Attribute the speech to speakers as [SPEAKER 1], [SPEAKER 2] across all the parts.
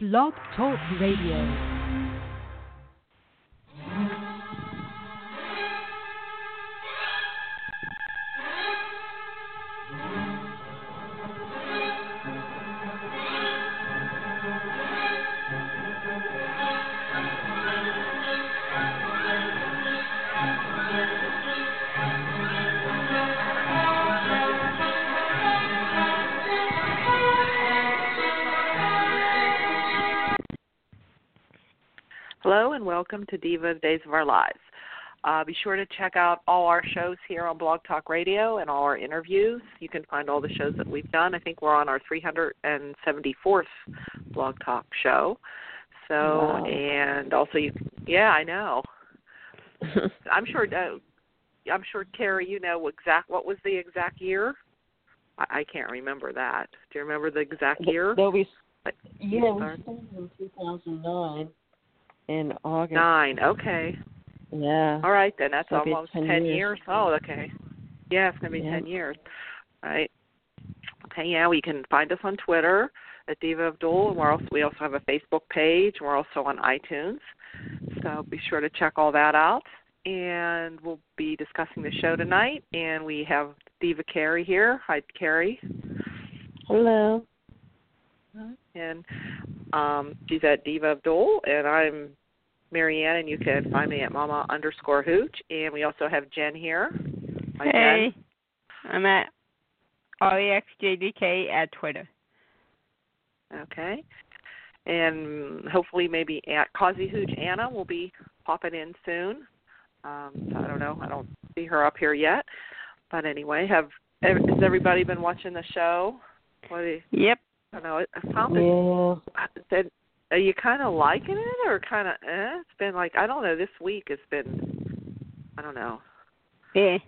[SPEAKER 1] Blog Talk Radio.
[SPEAKER 2] Hello and welcome to Diva Days of Our Lives. Uh, be sure to check out all our shows here on Blog Talk Radio and all our interviews. You can find all the shows that we've done. I think we're on our 374th Blog Talk show. So
[SPEAKER 3] Wow.
[SPEAKER 2] and also you, yeah, I know. I'm sure. Uh, I'm sure Terry, you know exact what was the exact year. I, I can't remember that. Do you remember the exact year?
[SPEAKER 3] They'll be,
[SPEAKER 2] Like,
[SPEAKER 3] yeah, we
[SPEAKER 2] sorry.
[SPEAKER 3] started in 2009 in August.
[SPEAKER 2] Nine. Okay.
[SPEAKER 3] Yeah.
[SPEAKER 2] All right, then that's
[SPEAKER 3] It'll be
[SPEAKER 2] almost
[SPEAKER 3] 10
[SPEAKER 2] years.
[SPEAKER 3] years.
[SPEAKER 2] Oh, okay. Yeah, it's gonna be
[SPEAKER 3] Yeah.
[SPEAKER 2] ten years. Right. Okay, yeah, well, you can find us on Twitter at Diva Abdul, and we're also we also have a Facebook page. We're also on iTunes, so be sure to check all that out. And we'll be discussing the show tonight. And we have Diva Carey here. Hi, Carey,
[SPEAKER 3] Hello.
[SPEAKER 2] and um, she's at Diva Abdul, and I'm Marianne, and you can find me at Mama underscore Hooch. And we also have Jen here. Hi, Jen.
[SPEAKER 4] Hey, I'm at E REXJDK at Twitter.
[SPEAKER 2] Okay. And hopefully maybe Aunt Causey Hooch Anna will be popping in soon. Um, so I don't know. I don't see her up here yet. But anyway, have ev- has everybody been watching the show? What do you,
[SPEAKER 4] Yep.
[SPEAKER 2] I don't know. I found it
[SPEAKER 3] Yeah.
[SPEAKER 2] said, are you kind of liking it or kind of? Eh? It's been like I don't know. This week it's been I don't know.
[SPEAKER 4] Yeah.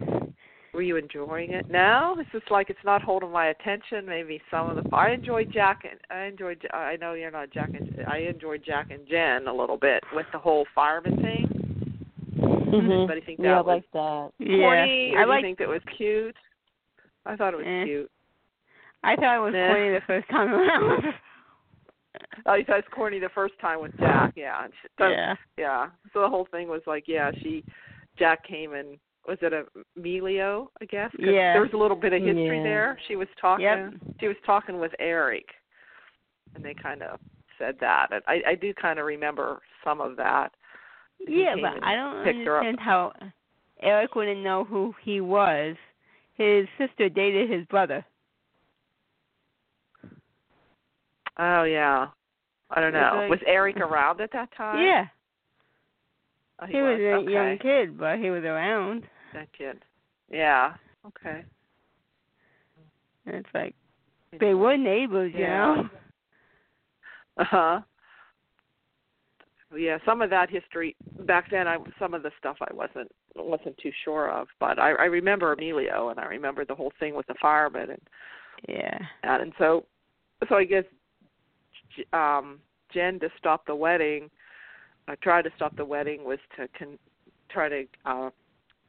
[SPEAKER 2] Were you enjoying it? No, it's just like it's not holding my attention. Maybe some of the I enjoy Jack and I enjoy. J- I know you're not Jack and I enjoy Jack and Jen a little bit with the whole fireman thing.
[SPEAKER 3] Mhm.
[SPEAKER 2] But I think
[SPEAKER 3] yeah, I
[SPEAKER 2] that was
[SPEAKER 3] like that.
[SPEAKER 2] corny.
[SPEAKER 4] Yeah. I
[SPEAKER 2] Or do
[SPEAKER 4] like.
[SPEAKER 2] you think that was cute? I thought it was
[SPEAKER 4] Eh.
[SPEAKER 2] cute.
[SPEAKER 4] I thought it was
[SPEAKER 2] Nah.
[SPEAKER 4] funny the first time around.
[SPEAKER 2] Oh, you thought it was corny the first time with Jack. Yeah. and she- So,
[SPEAKER 4] yeah.
[SPEAKER 2] yeah. So the whole thing was like, yeah, she, Jack came and was it a Melio? I guess. 'Cause
[SPEAKER 4] Yeah.
[SPEAKER 2] There was a little bit of history
[SPEAKER 3] Yeah.
[SPEAKER 2] there. She was talking.
[SPEAKER 4] Yep.
[SPEAKER 2] she was talking with Eric, and they kind of said that. And I, I do kind of remember some of that.
[SPEAKER 4] Yeah,
[SPEAKER 2] came
[SPEAKER 4] but
[SPEAKER 2] and
[SPEAKER 4] I don't
[SPEAKER 2] picked her up.
[SPEAKER 4] understand how Eric wouldn't know who he was. His sister dated his brother.
[SPEAKER 2] Oh yeah, I don't
[SPEAKER 4] It was
[SPEAKER 2] know.
[SPEAKER 4] like-
[SPEAKER 2] was Eric around at that time?
[SPEAKER 4] Yeah.
[SPEAKER 2] oh, he,
[SPEAKER 4] He was a
[SPEAKER 2] okay.
[SPEAKER 4] young kid, but he was around.
[SPEAKER 2] That kid. Yeah. Okay.
[SPEAKER 4] And it's like they were neighbors, you
[SPEAKER 2] Yeah.
[SPEAKER 4] know.
[SPEAKER 2] Uh huh. Yeah, some of that history back then. I some of the stuff I wasn't wasn't too sure of, but I, I remember Emilio, and I remember the whole thing with the fireman, and
[SPEAKER 4] Yeah.
[SPEAKER 2] that. And so, so I guess J- um, Jen to stop the wedding, uh, try to stop the wedding was to con- try to uh,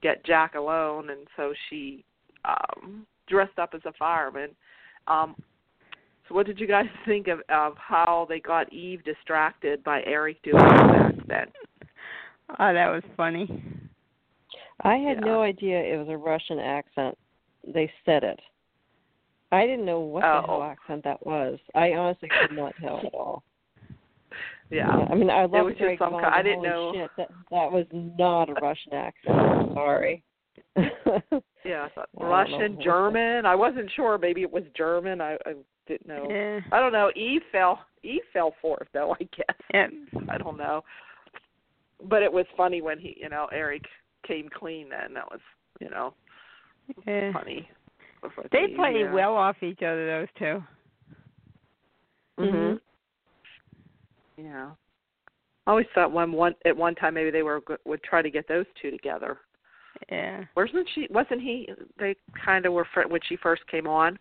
[SPEAKER 2] get Jack alone, and so she um, dressed up as a fireman. Um, so, what did you guys think of, of how they got Eve distracted by Eric doing back then?
[SPEAKER 4] Oh, that was funny.
[SPEAKER 3] I had
[SPEAKER 2] Yeah.
[SPEAKER 3] no idea it was a Russian accent. They said it. I didn't know what the
[SPEAKER 2] Oh.
[SPEAKER 3] hell accent that was. I honestly could not tell at all.
[SPEAKER 2] Yeah.
[SPEAKER 3] I mean, I love
[SPEAKER 2] was just
[SPEAKER 3] Greg
[SPEAKER 2] some
[SPEAKER 3] Bond,
[SPEAKER 2] ki- I
[SPEAKER 3] but
[SPEAKER 2] didn't
[SPEAKER 3] holy
[SPEAKER 2] know.
[SPEAKER 3] Shit, that that was not a Russian accent. I'm sorry.
[SPEAKER 2] Yeah, I thought
[SPEAKER 3] I don't know
[SPEAKER 2] Russian,
[SPEAKER 3] what that-
[SPEAKER 2] German. I wasn't sure. Maybe it was German. I, I didn't know.
[SPEAKER 4] Yeah.
[SPEAKER 2] I don't know. Eve fell. Eve fell fourth, though. I guess.
[SPEAKER 4] Yep.
[SPEAKER 2] I don't know. But it was funny when he, you know, Eric came clean. Then that was, you know,
[SPEAKER 4] Yeah.
[SPEAKER 2] funny. Before
[SPEAKER 4] Eh. They
[SPEAKER 2] the-
[SPEAKER 4] play
[SPEAKER 2] yeah.
[SPEAKER 4] well off each other, those two.
[SPEAKER 2] Mhm.
[SPEAKER 4] Mm-hmm.
[SPEAKER 2] Yeah. I always thought one one at one time maybe they were go- would try to get those two together.
[SPEAKER 4] Yeah.
[SPEAKER 2] Wasn't she? Wasn't he? They kind of were fri when she first came on,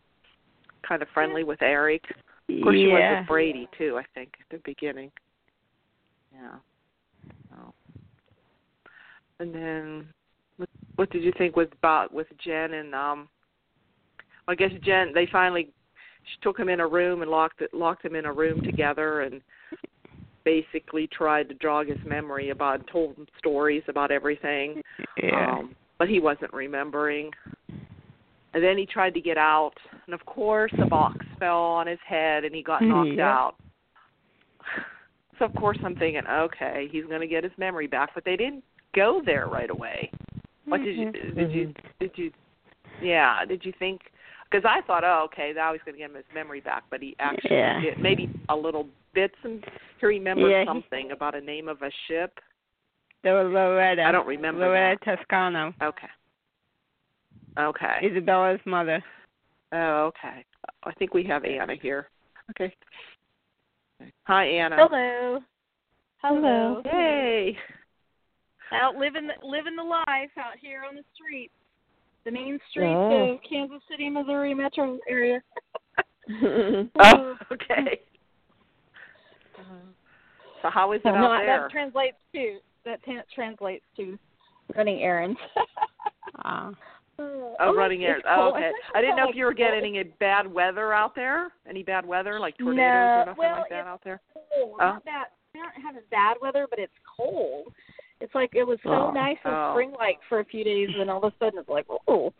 [SPEAKER 2] kind of friendly with Eric. Of course, she was
[SPEAKER 4] yeah.
[SPEAKER 2] with Brady too. I think at the beginning. Yeah. So. And then, what, what did you think with Bob, with Jen and um? I guess Jen. They finally she took him in a room and locked it, locked him in a room together and basically tried to jog his memory about told him stories about everything
[SPEAKER 4] Yeah.
[SPEAKER 2] um, but he wasn't remembering and then he tried to get out and of course the box fell on his head and he got knocked
[SPEAKER 4] Mm-hmm, Yeah.
[SPEAKER 2] out so of course i'm thinking okay he's going to get his memory back but they didn't go there right away what did you
[SPEAKER 4] Mm-hmm.
[SPEAKER 2] did you did you yeah did you think because i thought oh okay now he's going to get him his memory back but he actually
[SPEAKER 4] Yeah.
[SPEAKER 2] did maybe a little bits and he remembered
[SPEAKER 4] Yeah, he-
[SPEAKER 2] something about a name of a ship
[SPEAKER 4] There was Loretta.
[SPEAKER 2] I don't remember
[SPEAKER 4] Loretta Toscano,
[SPEAKER 2] okay okay
[SPEAKER 4] Isabella's mother.
[SPEAKER 2] oh okay i think we have anna here okay hi anna
[SPEAKER 5] Hello. Hello.
[SPEAKER 2] hey
[SPEAKER 5] Out living the, living the life out here on the streets, the main streets
[SPEAKER 3] Oh.
[SPEAKER 5] of Kansas City, Missouri metro area.
[SPEAKER 2] oh okay so how is it
[SPEAKER 5] no,
[SPEAKER 2] out there
[SPEAKER 5] that translates to that t- translates to running errands.
[SPEAKER 4] Wow.
[SPEAKER 5] oh,
[SPEAKER 2] Ah. Oh, running errands.
[SPEAKER 5] Cool.
[SPEAKER 2] Oh,
[SPEAKER 5] It's
[SPEAKER 2] okay.
[SPEAKER 5] actually
[SPEAKER 2] I didn't know
[SPEAKER 5] quite
[SPEAKER 2] if you were getting any bad weather out there. Any bad weather, like tornadoes
[SPEAKER 5] No.
[SPEAKER 2] or nothing
[SPEAKER 5] Well,
[SPEAKER 2] like that
[SPEAKER 5] it's-
[SPEAKER 2] out there?
[SPEAKER 5] cold.
[SPEAKER 2] Oh.
[SPEAKER 5] Not that we aren't having bad weather, but it's cold. It's like it was so
[SPEAKER 3] Oh.
[SPEAKER 5] nice and
[SPEAKER 2] Oh.
[SPEAKER 5] spring like for a few days, and then all of a sudden it's like, oh.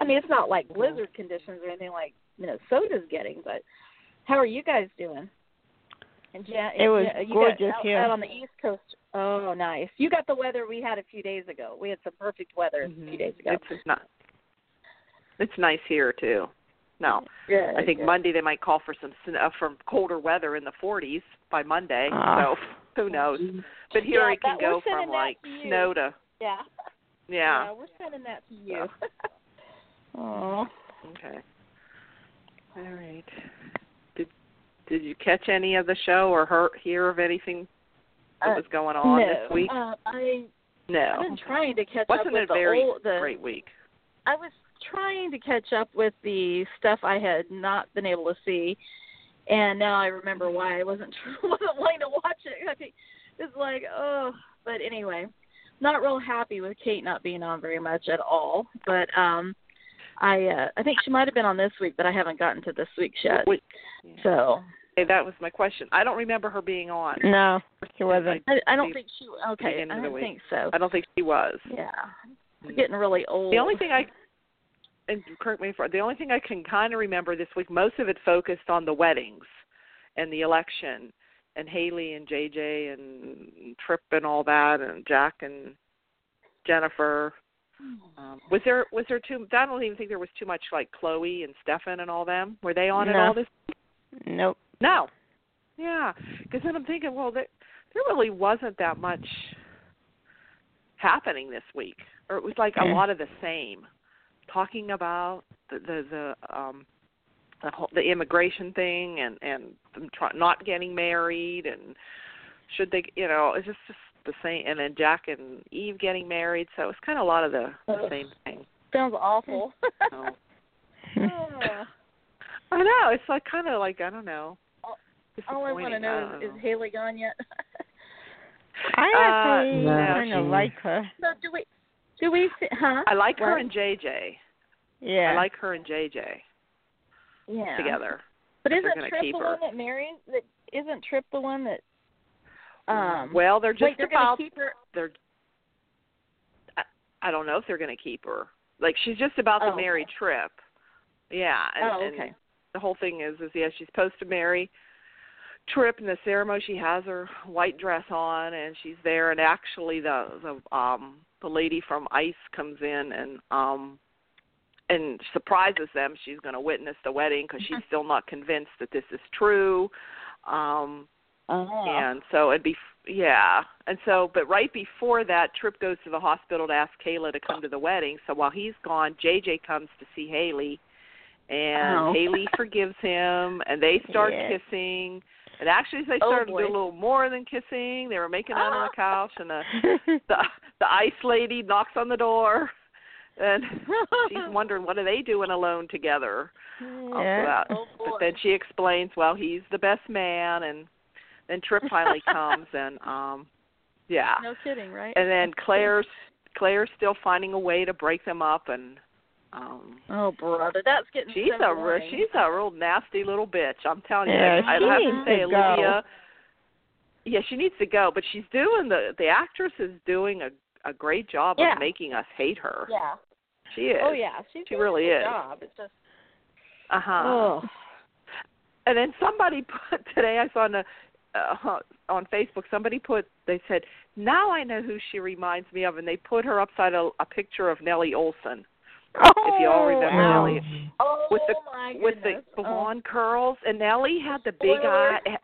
[SPEAKER 5] I mean, it's not like blizzard conditions or anything like Minnesota's getting, but how are you guys doing? And Jan,
[SPEAKER 4] It was
[SPEAKER 5] you got
[SPEAKER 4] gorgeous
[SPEAKER 5] out,
[SPEAKER 4] here.
[SPEAKER 5] out on the east coast. Oh, nice! You got the weather we had a few days ago. We had some perfect weather a few
[SPEAKER 2] Mhm.
[SPEAKER 5] days ago.
[SPEAKER 2] It's just not. It's nice here too. No,
[SPEAKER 5] yeah,
[SPEAKER 2] I think Monday they might call for some sn- uh, for colder weather in the 40s by Monday.
[SPEAKER 4] Ah.
[SPEAKER 2] So who knows? But here
[SPEAKER 5] Yeah,
[SPEAKER 2] it can
[SPEAKER 5] that- we're
[SPEAKER 2] go from
[SPEAKER 5] sending that
[SPEAKER 2] like
[SPEAKER 5] to you.
[SPEAKER 2] snow to
[SPEAKER 5] Yeah.
[SPEAKER 2] yeah.
[SPEAKER 5] we're sending that to you. Oh.
[SPEAKER 2] Okay. All right. Did did you catch any of the show or hear, hear of anything that
[SPEAKER 5] Uh,
[SPEAKER 2] was going on
[SPEAKER 5] no.
[SPEAKER 2] this week?
[SPEAKER 5] Uh, I
[SPEAKER 2] no.
[SPEAKER 5] I've been trying to catch
[SPEAKER 2] Wasn't
[SPEAKER 5] up with
[SPEAKER 2] it a
[SPEAKER 5] the
[SPEAKER 2] very
[SPEAKER 5] old the
[SPEAKER 2] great week?
[SPEAKER 5] I was trying to catch up with the stuff I had not been able to see, and now I remember why I wasn't wasn't wanting to watch it. I think It's like oh, but anyway, not real happy with Kate not being on very much at all. But um, I uh, I think she might have been on this week, but I haven't gotten to this week's yet.
[SPEAKER 2] Wait,
[SPEAKER 5] So
[SPEAKER 2] hey, that was my question. I don't remember her being on.
[SPEAKER 4] No, she wasn't.
[SPEAKER 5] I, I
[SPEAKER 2] The
[SPEAKER 5] don't think she. Okay,
[SPEAKER 2] beginning
[SPEAKER 5] I
[SPEAKER 2] of the
[SPEAKER 5] don't
[SPEAKER 2] week.
[SPEAKER 5] think so.
[SPEAKER 2] I don't think she was. Mm.
[SPEAKER 5] Yeah, we're getting really old.
[SPEAKER 2] The only thing I and correct me if the only thing I can kind of remember this week, most of it focused on the weddings and the election and Haley and JJ and Trip and all that and Jack and Jennifer. Um, was there was there too? I don't even think there was too much like Chloe and Stefan and all them. Were they on at
[SPEAKER 4] No.
[SPEAKER 2] all this?
[SPEAKER 4] Nope.
[SPEAKER 2] No. Yeah, because then I'm thinking, well, there there really wasn't that much happening this week, or it was like a
[SPEAKER 4] Mm.
[SPEAKER 2] lot of the same, talking about the the, the um the whole the immigration thing and and them try, not getting married and should they you know it's just just the same and then Jack and Eve getting married so it's kind of a lot of the, the same thing.
[SPEAKER 5] sounds awful. Ah,
[SPEAKER 2] So. I know it's like kind of like I don't know.
[SPEAKER 5] All- All I want to
[SPEAKER 2] disappointing.
[SPEAKER 5] know
[SPEAKER 2] don't
[SPEAKER 5] is, is Haley gone yet?
[SPEAKER 4] I
[SPEAKER 2] Uh,
[SPEAKER 4] actually
[SPEAKER 3] no,
[SPEAKER 4] kind of
[SPEAKER 3] she-
[SPEAKER 4] like her.
[SPEAKER 5] so do we? Do we? see- Huh?
[SPEAKER 2] I like her
[SPEAKER 5] What?
[SPEAKER 2] and JJ.
[SPEAKER 4] Yeah.
[SPEAKER 2] I like her and JJ
[SPEAKER 5] yeah.
[SPEAKER 2] together.
[SPEAKER 5] But
[SPEAKER 2] They're
[SPEAKER 5] isn't
[SPEAKER 2] gonna
[SPEAKER 5] Trip
[SPEAKER 2] keep
[SPEAKER 5] the
[SPEAKER 2] her.
[SPEAKER 5] one that marries? That isn't Trip the one that? Um.
[SPEAKER 2] well, they're just
[SPEAKER 5] wait, they're gonna
[SPEAKER 2] about.
[SPEAKER 5] keep her.
[SPEAKER 2] They're. I, I don't know if they're going to keep her. Like she's just about
[SPEAKER 5] Oh,
[SPEAKER 2] to
[SPEAKER 5] okay.
[SPEAKER 2] marry Trip. Yeah. And,
[SPEAKER 5] Oh,
[SPEAKER 2] and
[SPEAKER 5] okay.
[SPEAKER 2] the whole thing is, is yeah, she's supposed to marry Trip in the ceremony. She has her white dress on, and she's there. And actually, the the um the lady from ICE comes in and um and surprises them. She's going to witness the wedding because she's still not convinced that this is true. Um
[SPEAKER 5] Oh.
[SPEAKER 2] and so it'd be yeah and so but right before that trip goes to the hospital to ask kayla to come to the wedding so while he's gone jj comes to see haley and
[SPEAKER 5] Oh.
[SPEAKER 2] haley forgives him and they start
[SPEAKER 4] Yeah.
[SPEAKER 2] kissing and actually they
[SPEAKER 5] Oh,
[SPEAKER 2] started to do
[SPEAKER 5] boy. Ah.
[SPEAKER 2] a little more than kissing they were making out on the couch and the
[SPEAKER 4] like.
[SPEAKER 2] the the ice lady knocks on the door and she's wondering what are they doing alone together all
[SPEAKER 4] yeah.
[SPEAKER 2] throughout.
[SPEAKER 5] Oh, boy.
[SPEAKER 2] but then she explains, well, he's the best man, and then Trip finally comes, and um, yeah,
[SPEAKER 5] No kidding, right?
[SPEAKER 2] and then Claire's Claire's still finding a way to break them up, and Um,
[SPEAKER 5] Oh, brother, that's getting
[SPEAKER 2] she's
[SPEAKER 5] so
[SPEAKER 2] a real,
[SPEAKER 5] boring.
[SPEAKER 2] she's a real nasty little bitch. I'm telling you.
[SPEAKER 3] Yeah,
[SPEAKER 2] I
[SPEAKER 3] she
[SPEAKER 2] have
[SPEAKER 3] needs
[SPEAKER 2] to
[SPEAKER 3] to
[SPEAKER 2] say,
[SPEAKER 3] go.
[SPEAKER 2] Olivia. Yeah, she needs to go, but she's doing the the actress is doing a a great job
[SPEAKER 5] Yeah.
[SPEAKER 2] of making us hate her.
[SPEAKER 5] Yeah.
[SPEAKER 2] She is.
[SPEAKER 5] Oh yeah, she's
[SPEAKER 2] She
[SPEAKER 5] doing a
[SPEAKER 2] really
[SPEAKER 5] good
[SPEAKER 2] is.
[SPEAKER 5] Job. It's just
[SPEAKER 2] Uh huh.
[SPEAKER 3] Oh,
[SPEAKER 2] And then somebody put today I saw on a, uh, on Facebook somebody put they said now I know who she reminds me of and they put her upside a, a picture of Nellie Olson if you all remember
[SPEAKER 5] wow.
[SPEAKER 2] Nellie
[SPEAKER 5] oh
[SPEAKER 2] With the-
[SPEAKER 5] my
[SPEAKER 2] with
[SPEAKER 5] goodness.
[SPEAKER 2] the
[SPEAKER 5] Oh.
[SPEAKER 2] blonde curls and Nellie had the big
[SPEAKER 5] Spoiler.
[SPEAKER 2] eye.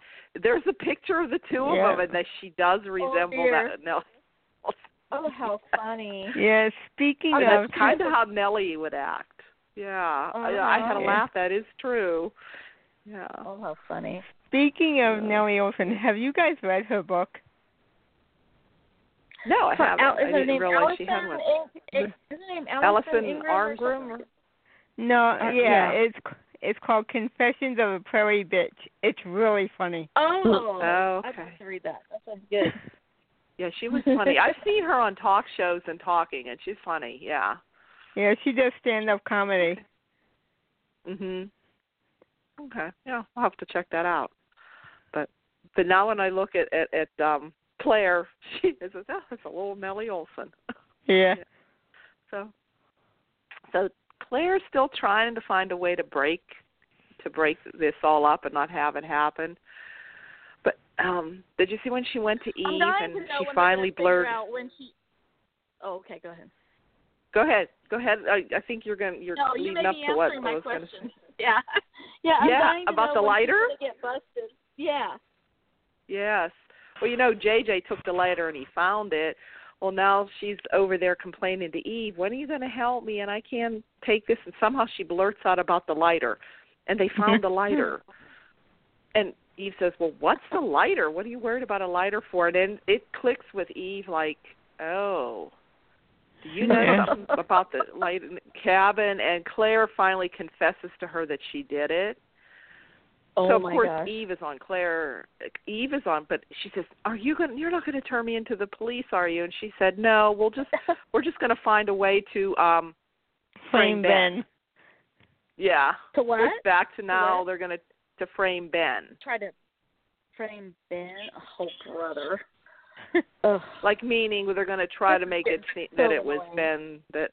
[SPEAKER 2] There's a picture of the two
[SPEAKER 3] Yeah.
[SPEAKER 2] of them and that she does resemble
[SPEAKER 5] Oh, dear.
[SPEAKER 2] that Nellie. Olson.
[SPEAKER 5] Oh, how funny.
[SPEAKER 4] Yeah, speaking
[SPEAKER 2] I mean,
[SPEAKER 4] of
[SPEAKER 2] Oh, that's kind of how Nellie would act. Yeah, I, I had a
[SPEAKER 5] Uh-huh.
[SPEAKER 2] laugh. That is true. Yeah.
[SPEAKER 5] Oh, how funny.
[SPEAKER 4] speaking of Nellie Olson, have you guys read her book?
[SPEAKER 2] No, Oh, I
[SPEAKER 5] Her-
[SPEAKER 2] haven't.
[SPEAKER 5] Al- is
[SPEAKER 2] I
[SPEAKER 5] her
[SPEAKER 2] didn't
[SPEAKER 5] name
[SPEAKER 2] realize
[SPEAKER 5] Allison
[SPEAKER 2] she had one.
[SPEAKER 5] In- is is her name Allison,
[SPEAKER 2] Allison
[SPEAKER 5] Ingram
[SPEAKER 2] Armgrim.
[SPEAKER 5] Or
[SPEAKER 2] or-
[SPEAKER 5] something?
[SPEAKER 4] No,
[SPEAKER 2] Uh, yeah.
[SPEAKER 4] yeah, it's it's called Confessions of a Prairie Bitch. It's really funny.
[SPEAKER 5] oh,
[SPEAKER 2] Oh,
[SPEAKER 5] I'd
[SPEAKER 2] okay.
[SPEAKER 5] have to read that. That sounds good.
[SPEAKER 2] Yeah, she was funny. I've seen her on talk shows and talking, and she's funny. Yeah.
[SPEAKER 4] Yeah, she does stand up comedy.
[SPEAKER 2] Mhm. Okay. Yeah, I'll have to check that out. But but now when I look at at, at um Claire, she says, "Oh, it's a little Nellie Olson."
[SPEAKER 4] Yeah.
[SPEAKER 2] So so Claire's still trying to find a way to break to break this all up and not have it happen. But um did you see when she went to Eve
[SPEAKER 5] I'm dying
[SPEAKER 2] and
[SPEAKER 5] to know
[SPEAKER 2] she
[SPEAKER 5] when
[SPEAKER 2] finally
[SPEAKER 5] they're gonna
[SPEAKER 2] blurred
[SPEAKER 5] Figure out when she... Oh, okay, go ahead.
[SPEAKER 2] Go ahead. Go ahead. I, I think you're going to you're
[SPEAKER 5] no, you
[SPEAKER 2] leading
[SPEAKER 5] may
[SPEAKER 2] up
[SPEAKER 5] be
[SPEAKER 2] to what Oh,
[SPEAKER 5] answering
[SPEAKER 2] I
[SPEAKER 5] my
[SPEAKER 2] was going to
[SPEAKER 5] question. Yeah, yeah. I'm
[SPEAKER 2] Yeah,
[SPEAKER 5] dying to
[SPEAKER 2] about
[SPEAKER 5] know
[SPEAKER 2] the
[SPEAKER 5] when she's
[SPEAKER 2] lighter?
[SPEAKER 5] gonna get busted. Yeah.
[SPEAKER 2] Yes. Well, you know, JJ took the letter and he found it. Well, now she's over there complaining to Eve, when are you going to help me? And I can't take this. And somehow she blurts out about the lighter. And they found the lighter. And Eve says, Well, what's the lighter? What are you worried about a lighter for? And then it clicks with Eve, like, Oh, do you know
[SPEAKER 4] Yeah.
[SPEAKER 2] something about the light in the cabin? And Claire finally confesses to her that she did it
[SPEAKER 5] Oh
[SPEAKER 2] so of
[SPEAKER 5] my
[SPEAKER 2] course
[SPEAKER 5] gosh.
[SPEAKER 2] Eve is on Claire. Eve is on, but she says, "Are you going? to You're not going to turn me into the police, are you?" And she said, "No, we'll just we're just going to find a way to um Frame
[SPEAKER 4] Frame Ben.
[SPEAKER 2] yeah."
[SPEAKER 5] to what?
[SPEAKER 2] It's back to now
[SPEAKER 5] What?
[SPEAKER 2] they're going to to frame Ben.
[SPEAKER 5] Try to frame Ben. Oh, brother. Ugh.
[SPEAKER 2] Like meaning they're going to try to make it seem that it was Ben that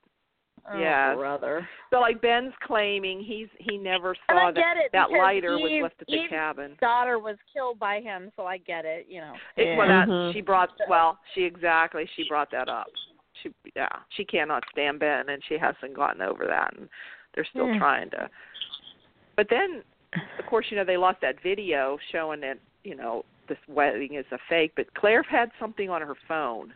[SPEAKER 5] Oh,
[SPEAKER 2] Yes.
[SPEAKER 5] brother.
[SPEAKER 2] so like Ben's claiming he's he never
[SPEAKER 5] And
[SPEAKER 2] saw
[SPEAKER 5] I
[SPEAKER 2] that
[SPEAKER 5] get it
[SPEAKER 2] that
[SPEAKER 5] because
[SPEAKER 2] lighter was
[SPEAKER 5] Eve-
[SPEAKER 2] left at the
[SPEAKER 5] Eve-
[SPEAKER 2] cabin.
[SPEAKER 5] Daughter was killed by him, so I get it. You know.
[SPEAKER 2] It, well,
[SPEAKER 3] Yeah.
[SPEAKER 2] that
[SPEAKER 5] Mm-hmm.
[SPEAKER 3] Mhm.
[SPEAKER 2] she brought. Well, she exactly. She brought that up. She yeah. She cannot stand Ben, and she hasn't gotten over that, and they're still
[SPEAKER 4] Yeah.
[SPEAKER 2] trying to. But then, of course, you know they lost that video showing that you know this wedding is a fake. But Claire had something on her phone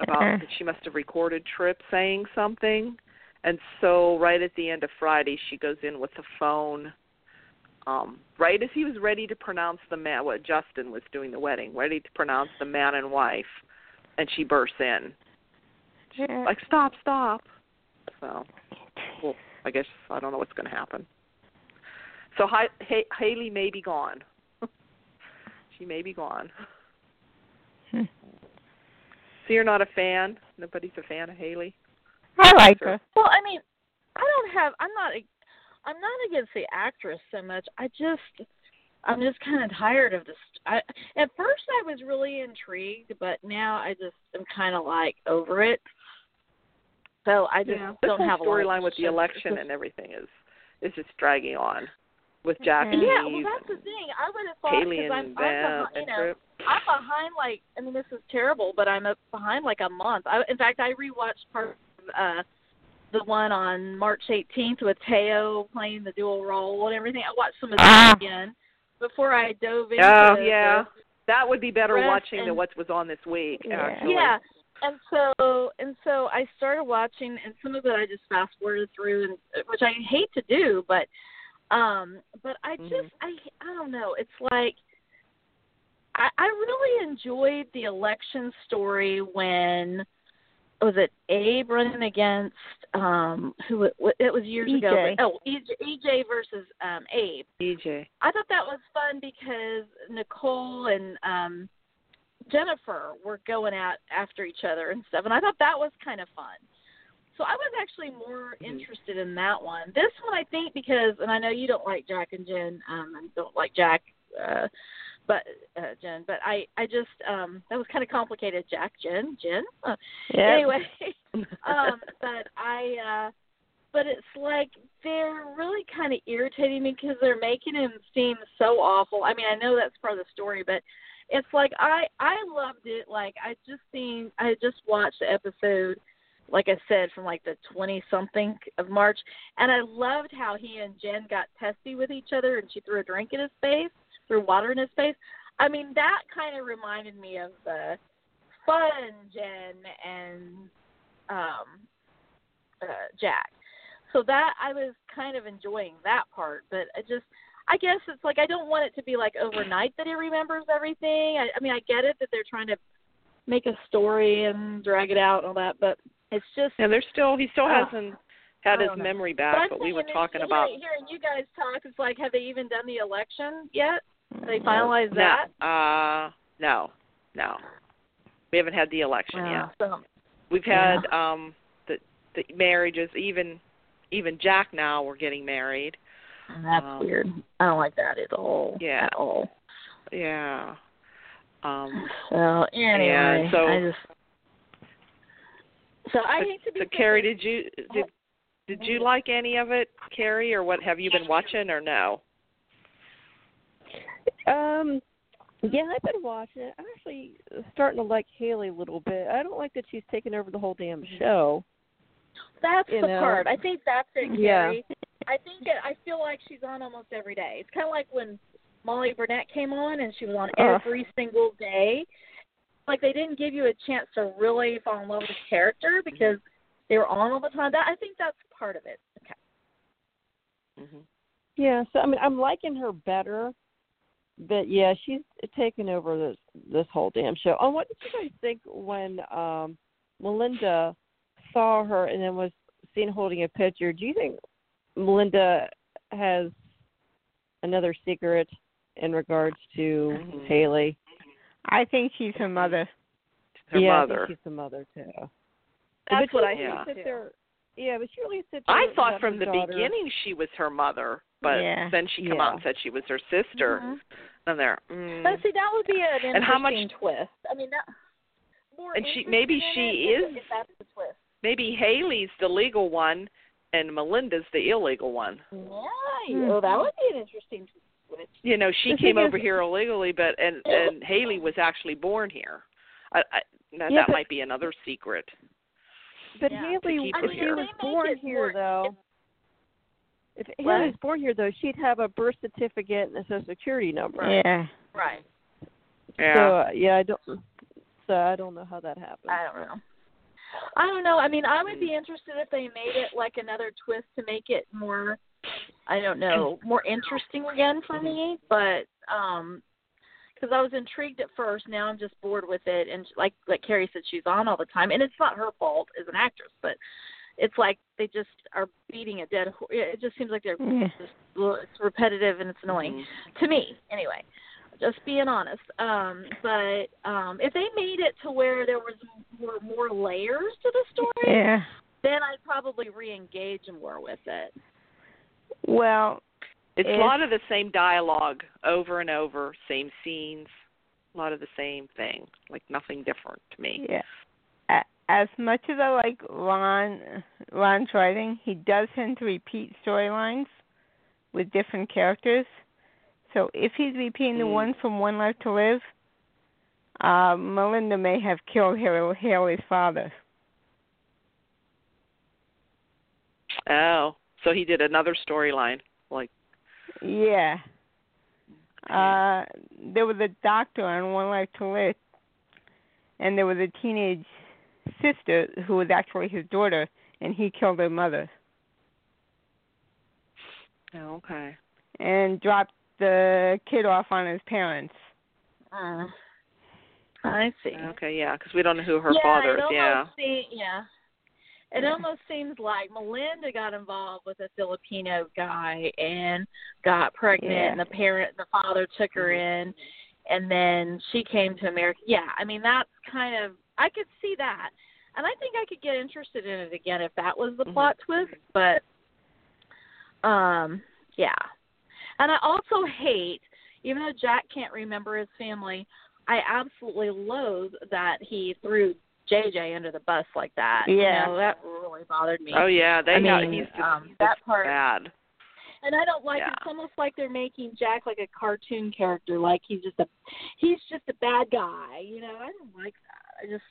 [SPEAKER 2] about
[SPEAKER 4] Uh-uh.
[SPEAKER 2] that she must have recorded Trip saying something, and so right at the end of Friday, she goes in with the phone um, right as he was ready to pronounce the man, what Justin was doing the wedding, ready to pronounce the man and wife, and she bursts in,
[SPEAKER 4] Yeah.
[SPEAKER 2] like stop, stop. So, well, I guess I don't know what's going to happen. So ha- ha- Haley may be gone. she may be gone.
[SPEAKER 4] Hmm.
[SPEAKER 2] So you're not a fan. Nobody's a fan of Haley.
[SPEAKER 4] I like
[SPEAKER 2] Sure.
[SPEAKER 4] her.
[SPEAKER 5] Well, I mean, I don't have. I'm not. A, I'm not against the actress so much. I just. I'm just kind of tired of this. I, at first, I was really intrigued, but now I just am kind of like over it. So I just
[SPEAKER 2] This
[SPEAKER 5] don't
[SPEAKER 2] whole
[SPEAKER 5] have a lot of
[SPEAKER 2] storyline with the
[SPEAKER 5] interest.
[SPEAKER 2] election and everything is is just dragging on with Jack and
[SPEAKER 5] Yeah, well,
[SPEAKER 2] Eve
[SPEAKER 5] that's the
[SPEAKER 2] and
[SPEAKER 5] thing. I would have thought
[SPEAKER 2] Haley
[SPEAKER 5] because
[SPEAKER 2] and
[SPEAKER 5] I'm, I'm
[SPEAKER 2] Ben
[SPEAKER 5] behind, you
[SPEAKER 2] and
[SPEAKER 5] know,
[SPEAKER 2] Trip.
[SPEAKER 5] I'm behind like I mean this is terrible, but I'm up behind like a month. I, in fact, I rewatched part of uh the one on March 18th with Teo playing the dual role and everything. I watched some of that
[SPEAKER 4] Ah.
[SPEAKER 5] again before I dove into
[SPEAKER 2] Oh
[SPEAKER 5] the-
[SPEAKER 2] yeah, that would be better
[SPEAKER 5] Rest
[SPEAKER 2] watching than
[SPEAKER 5] and-
[SPEAKER 2] what was on this week.
[SPEAKER 4] Yeah.
[SPEAKER 2] Actually.
[SPEAKER 5] yeah. And so and so I started watching and some of it I just fast forwarded through and uh, which I hate to do, but um but I just
[SPEAKER 2] Mhm.
[SPEAKER 5] I I don't know. It's like I I really enjoyed the election story when was it Abe running against um who it, it was years ago.
[SPEAKER 4] EJ.
[SPEAKER 5] But, oh, EJ, EJ versus um Abe.
[SPEAKER 2] DJ.
[SPEAKER 5] I thought that was fun because Nicole and um Jennifer were going out after each other and stuff, and I thought that was kind of fun. So I was actually more interested in that one. This one, I think, because and I know you don't like Jack and Jen, um, and don't like Jack, uh, but uh, Jen, but I, I just um, that was kind of complicated. Jack, Jen, Jen. Uh,
[SPEAKER 4] Yeah.
[SPEAKER 5] Anyway, um, but I, uh, but it's like they're really kind of irritating me because they're making him seem so awful. I mean, I know that's part of the story, but it's like I, I loved it. Like I just seen, I just watched the episode like I said, from like the 20 something of March. And I loved how he and Jen got testy with each other and she threw a drink in his face, threw water in his face. I mean, that kind of reminded me of the fun Jen and um, uh, Jack. So that I was kind of enjoying that part, but I just. I guess it's like I don't want it to be like overnight that he remembers everything. I, I mean, I get it that they're trying to make a story and drag it out and all that, but it's just
[SPEAKER 2] And there's still he still
[SPEAKER 5] Ugh.
[SPEAKER 2] hasn't
[SPEAKER 5] oh, I
[SPEAKER 2] had his
[SPEAKER 5] don't know.
[SPEAKER 2] memory back,
[SPEAKER 5] I'm
[SPEAKER 2] but we were
[SPEAKER 5] thinking it's-
[SPEAKER 2] talking
[SPEAKER 5] hearing-
[SPEAKER 2] about
[SPEAKER 5] hearing you guys talk. It's like, have they even done the election yet? Have they finalized
[SPEAKER 2] Mm-hmm. no,
[SPEAKER 5] that?
[SPEAKER 2] uh no. No. We haven't had the election yet.
[SPEAKER 5] So,
[SPEAKER 2] We've
[SPEAKER 5] Yeah.
[SPEAKER 2] had um the the marriages even even Jack now we're getting married.
[SPEAKER 5] that's
[SPEAKER 2] Um,
[SPEAKER 5] weird. I don't like that at all.
[SPEAKER 2] Yeah.
[SPEAKER 5] At all.
[SPEAKER 2] Yeah. Um
[SPEAKER 5] So anyway,
[SPEAKER 2] so-
[SPEAKER 5] I just. So I
[SPEAKER 2] But-
[SPEAKER 5] hate to be.
[SPEAKER 2] so
[SPEAKER 5] such
[SPEAKER 2] Carrie,
[SPEAKER 5] a-
[SPEAKER 2] did you did did you like any of it, Carrie, or what have you been watching or no?
[SPEAKER 3] Um, yeah, I've been watching it. I'm actually starting to like Haley a little bit. I don't like that she's taken over the whole damn
[SPEAKER 2] Mm-hmm.
[SPEAKER 3] show.
[SPEAKER 5] that's
[SPEAKER 3] you
[SPEAKER 5] the
[SPEAKER 3] know.
[SPEAKER 5] part. I think that's it,
[SPEAKER 3] Yeah.
[SPEAKER 5] Carrie. I think it, I feel like she's on almost every day. It's kind of like when Molly Burnett came on and she was on
[SPEAKER 3] Ugh.
[SPEAKER 5] every single day. Like they didn't give you a chance to really fall in love with the character because they were on all the time. That I think that's part of it. Okay.
[SPEAKER 2] hmm
[SPEAKER 3] Yeah, so I mean, I'm liking her better, but yeah, she's taken over this this whole damn show. Oh, what did you guys think when um Melinda saw her and then was seen holding a picture? Do you think Melinda has another secret in regards to
[SPEAKER 2] Mhm.
[SPEAKER 3] Haley?
[SPEAKER 4] Mm-hmm. I think she's her mother.
[SPEAKER 2] Her
[SPEAKER 3] yeah, I
[SPEAKER 2] mother.
[SPEAKER 3] think she's the mother too.
[SPEAKER 5] That's
[SPEAKER 3] but
[SPEAKER 5] what
[SPEAKER 3] she
[SPEAKER 5] I
[SPEAKER 3] really
[SPEAKER 2] think,
[SPEAKER 3] sits
[SPEAKER 5] too.
[SPEAKER 3] there- Yeah, but she really sits.
[SPEAKER 2] I
[SPEAKER 3] there
[SPEAKER 2] thought
[SPEAKER 3] left
[SPEAKER 2] from
[SPEAKER 3] her
[SPEAKER 2] the
[SPEAKER 3] daughter-
[SPEAKER 2] beginning she was her mother, but
[SPEAKER 4] Yeah.
[SPEAKER 2] then she come
[SPEAKER 3] Yeah. Mm-hmm.
[SPEAKER 2] out and said she was her sister.
[SPEAKER 5] Mhm.
[SPEAKER 2] And there, mm.
[SPEAKER 5] But see, that would be an interesting
[SPEAKER 2] And how much-
[SPEAKER 5] twist. I mean, that more
[SPEAKER 2] And she- maybe
[SPEAKER 5] interesting in
[SPEAKER 2] she
[SPEAKER 5] it
[SPEAKER 2] is-
[SPEAKER 5] if that's the twist.
[SPEAKER 2] maybe Haley's the legal one, and Melinda's the illegal one.
[SPEAKER 5] Yeah, well,
[SPEAKER 2] Mm-hmm.
[SPEAKER 5] that would be an interesting twist.
[SPEAKER 2] You know, she
[SPEAKER 3] The
[SPEAKER 2] came
[SPEAKER 3] thing
[SPEAKER 2] over
[SPEAKER 3] is-
[SPEAKER 2] here illegally, but and and Haley was actually born here. I, I now
[SPEAKER 3] Yeah,
[SPEAKER 2] that
[SPEAKER 3] but-
[SPEAKER 2] might be another secret.
[SPEAKER 3] But
[SPEAKER 5] Yeah.
[SPEAKER 3] Haley,
[SPEAKER 2] To keep
[SPEAKER 3] if
[SPEAKER 2] it
[SPEAKER 3] she
[SPEAKER 2] here.
[SPEAKER 3] was
[SPEAKER 5] They make
[SPEAKER 3] born
[SPEAKER 5] it
[SPEAKER 3] here,
[SPEAKER 5] more-
[SPEAKER 3] though, if
[SPEAKER 5] What?
[SPEAKER 3] Haley was born here, though, she'd have a birth certificate and a social security number.
[SPEAKER 4] Yeah.
[SPEAKER 5] Right.
[SPEAKER 2] Yeah.
[SPEAKER 3] So uh, yeah, I don't. So I don't know how that happened. Hmm.
[SPEAKER 5] I don't know. I don't know. I mean, I would be interested if they made it like another twist to make it more I don't know, more interesting again for me,
[SPEAKER 3] Mm-hmm.
[SPEAKER 5] but um cuz I was intrigued at first, now I'm just bored with it and like like Carrie said she's on all the time and it's not her fault as an actress, but it's like they just are beating a dead horse. It just seems like they're
[SPEAKER 4] Yeah.
[SPEAKER 5] just it's repetitive and it's annoying
[SPEAKER 2] Mhm.
[SPEAKER 5] to me anyway just being honest um but um if they made it to where there was more, more layers to the story
[SPEAKER 4] Yeah.
[SPEAKER 5] then i'd probably re-engage more with it
[SPEAKER 4] Well,
[SPEAKER 2] It's a
[SPEAKER 4] It's-
[SPEAKER 2] lot of the same dialogue over and over, same scenes, a lot of the same thing, like nothing different to me.
[SPEAKER 4] Yeah. A- As much as I like Ron Ron's writing, he does tend to repeat storylines with different characters. So if he's repeating the
[SPEAKER 2] Mm.
[SPEAKER 4] one from One Life to Live, uh, Melinda may have killed Hal- Haley's father.
[SPEAKER 2] Oh, so he did another storyline, like
[SPEAKER 4] Yeah.
[SPEAKER 2] Okay.
[SPEAKER 4] Uh, there was a doctor on One Life to Live, and there was a teenage sister who was actually his daughter, and he killed her mother.
[SPEAKER 2] oh, okay.
[SPEAKER 4] and dropped the kid off on his parents.
[SPEAKER 5] mm. i see
[SPEAKER 2] Okay, yeah, because we don't know who her
[SPEAKER 5] yeah,
[SPEAKER 2] father
[SPEAKER 5] it
[SPEAKER 2] is.
[SPEAKER 5] almost
[SPEAKER 2] Yeah.
[SPEAKER 5] see- yeah it almost seems like Melinda got involved with a Filipino guy and got pregnant,
[SPEAKER 4] Yeah.
[SPEAKER 5] and the parent, the father took her
[SPEAKER 2] Mm-hmm.
[SPEAKER 5] in, and then she came to America. Yeah, I mean that's kind of I could see that, and I think I could get interested in it again if that was the plot
[SPEAKER 2] Mm-hmm.
[SPEAKER 5] twist. But um, yeah, and I also hate, even though Jack can't remember his family, I absolutely loathe that he threw JJ under the bus like that.
[SPEAKER 4] Yeah.
[SPEAKER 5] you know, that really bothered me.
[SPEAKER 2] Oh yeah, they
[SPEAKER 5] I
[SPEAKER 2] know
[SPEAKER 5] mean,
[SPEAKER 2] he's just
[SPEAKER 5] um,
[SPEAKER 2] he's
[SPEAKER 5] that
[SPEAKER 2] just
[SPEAKER 5] part-
[SPEAKER 2] bad.
[SPEAKER 5] And I don't like
[SPEAKER 2] Yeah.
[SPEAKER 5] it's almost like they're making Jack like a cartoon character, like he's just a he's just a bad guy, you know. I don't like that. I just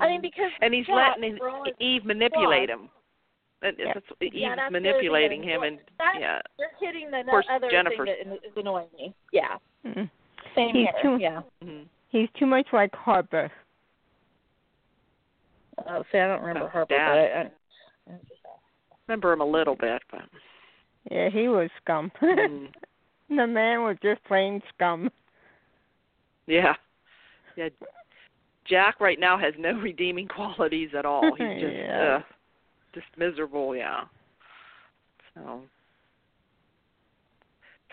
[SPEAKER 5] I mean because
[SPEAKER 2] Mm-hmm. And he's
[SPEAKER 5] Jack,
[SPEAKER 2] letting
[SPEAKER 5] for all his-
[SPEAKER 2] Eve manipulate him. And
[SPEAKER 4] Yeah.
[SPEAKER 2] it's- Eve's
[SPEAKER 5] yeah, that's the other thing that
[SPEAKER 2] manipulating him,
[SPEAKER 5] annoys-
[SPEAKER 2] and
[SPEAKER 5] that's,
[SPEAKER 2] yeah,
[SPEAKER 5] they're hitting the
[SPEAKER 2] Of course,
[SPEAKER 5] other
[SPEAKER 2] Jennifer- Mm-hmm.
[SPEAKER 5] thing that is annoying me. Yeah.
[SPEAKER 4] Mm.
[SPEAKER 5] Same
[SPEAKER 4] He's
[SPEAKER 5] here.
[SPEAKER 4] too-
[SPEAKER 5] Yeah.
[SPEAKER 2] mhm.
[SPEAKER 4] He's too much like Harper.
[SPEAKER 5] Oh, see, I don't remember
[SPEAKER 2] Oh,
[SPEAKER 5] Harper,
[SPEAKER 2] Dad.
[SPEAKER 5] but I, I,
[SPEAKER 2] remember him a little bit, but
[SPEAKER 4] Yeah, he was scum.
[SPEAKER 2] mm,
[SPEAKER 4] the man was just plain scum.
[SPEAKER 2] yeah, yeah. Jack right now has no redeeming qualities at all. He's just
[SPEAKER 4] Yeah.
[SPEAKER 2] uh, just miserable. Yeah. So.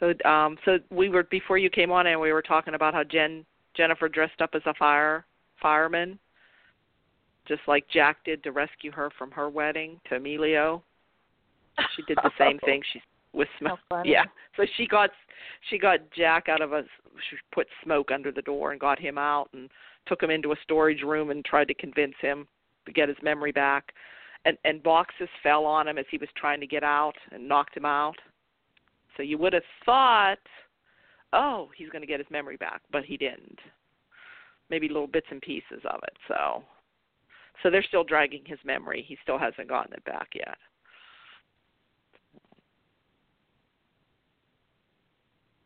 [SPEAKER 2] So um so we were before you came on and we were talking about how Jen Jennifer dressed up as a fire fireman just like Jack did to rescue her from her wedding to Emilio. She did the same thing. She with
[SPEAKER 5] How
[SPEAKER 2] smoke.
[SPEAKER 5] funny.
[SPEAKER 2] Yeah. So she got she got Jack out of a she put smoke under the door and got him out and took him into a storage room and tried to convince him to get his memory back. And and boxes fell on him as he was trying to get out and knocked him out. So you would have thought, oh, he's going to get his memory back, but he didn't. Maybe little bits and pieces of it. So so they're still dragging his memory. He still hasn't gotten it back yet.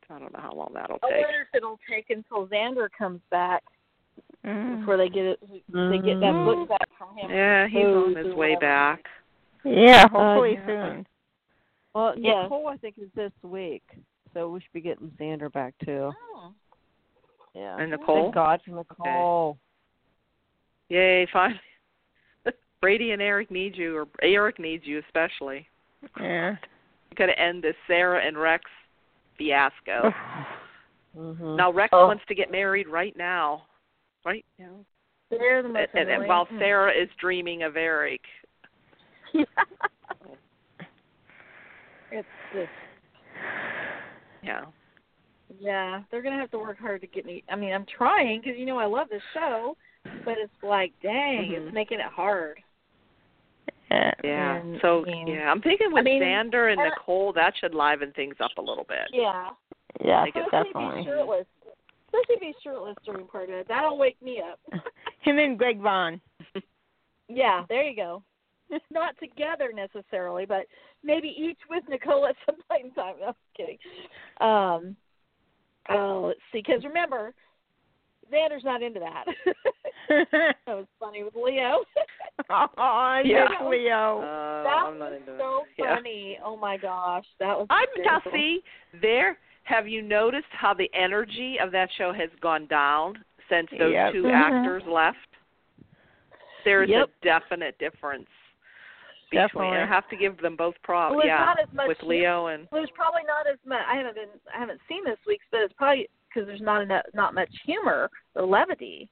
[SPEAKER 2] So I don't know how long that'll
[SPEAKER 5] I
[SPEAKER 2] take.
[SPEAKER 5] wonder if it'll take until Xander comes back
[SPEAKER 4] Mm.
[SPEAKER 5] before they get it, they get that book
[SPEAKER 3] Mm.
[SPEAKER 5] back from him.
[SPEAKER 2] Yeah, he's on his way back.
[SPEAKER 4] Yeah, hopefully
[SPEAKER 3] Uh, yeah.
[SPEAKER 4] soon.
[SPEAKER 3] Well,
[SPEAKER 5] Yeah.
[SPEAKER 3] Nicole, I think is this week, so we should be getting Xander back too.
[SPEAKER 5] Oh.
[SPEAKER 3] Yeah.
[SPEAKER 2] And Nicole?
[SPEAKER 3] Thank God for Nicole.
[SPEAKER 2] Yay, finally. Brady and Eric need you, or Eric needs you especially.
[SPEAKER 4] Yeah.
[SPEAKER 2] You got to end this Sarah and Rex fiasco.
[SPEAKER 3] Mm-hmm.
[SPEAKER 2] Oh. now Rex
[SPEAKER 5] Oh.
[SPEAKER 2] wants to get married right now, right now.
[SPEAKER 5] They're the
[SPEAKER 2] And,
[SPEAKER 5] most
[SPEAKER 2] and, and
[SPEAKER 5] annoying.
[SPEAKER 2] while Sarah is dreaming of Eric,
[SPEAKER 5] it's just,
[SPEAKER 2] yeah.
[SPEAKER 5] yeah, they're gonna have to work hard to get me. I mean, I'm trying because you know I love this show, but it's like, dang,
[SPEAKER 2] Mhm.
[SPEAKER 5] it's making it hard.
[SPEAKER 4] yeah.
[SPEAKER 2] Yeah.
[SPEAKER 5] And,
[SPEAKER 2] so
[SPEAKER 5] I mean-
[SPEAKER 2] yeah, I'm thinking with
[SPEAKER 5] I mean,
[SPEAKER 2] Xander and
[SPEAKER 5] I don't-
[SPEAKER 2] Nicole, that should liven things up a little bit.
[SPEAKER 5] Yeah,
[SPEAKER 4] Yeah,
[SPEAKER 2] Make it
[SPEAKER 5] especially be
[SPEAKER 4] definitely.
[SPEAKER 5] shirtless. Especially be shirtless during part of it. That'll wake me up.
[SPEAKER 4] Him and Greg Vaughn.
[SPEAKER 5] Yeah, there you go. Not together necessarily, but maybe each with Nicole at some point in time. No, I'm kidding. Um, oh, let's see. Because remember, Xander's not into that. that was funny with Leo.
[SPEAKER 4] oh, I
[SPEAKER 2] Yeah.
[SPEAKER 4] miss Leo.
[SPEAKER 2] Uh,
[SPEAKER 5] that
[SPEAKER 2] I'm not
[SPEAKER 5] was
[SPEAKER 2] into
[SPEAKER 5] so
[SPEAKER 2] it. Yeah.
[SPEAKER 5] funny. Oh my gosh, that was.
[SPEAKER 2] I'm now
[SPEAKER 5] hysterical.
[SPEAKER 2] see there. Have you noticed how the energy of that show has gone down since those
[SPEAKER 4] Yep.
[SPEAKER 2] 2
[SPEAKER 4] Mhm.
[SPEAKER 5] Mm-hmm.
[SPEAKER 2] actors left? There's
[SPEAKER 5] Yep.
[SPEAKER 2] a definite difference between.
[SPEAKER 4] Definitely.
[SPEAKER 2] I have to give them both props.
[SPEAKER 5] Well, it's
[SPEAKER 2] yeah,
[SPEAKER 5] not as much
[SPEAKER 2] with Leo and
[SPEAKER 5] Well, there's probably not as much. I haven't been. I haven't seen this week's, but it's probably because there's not enough, not much humor or levity.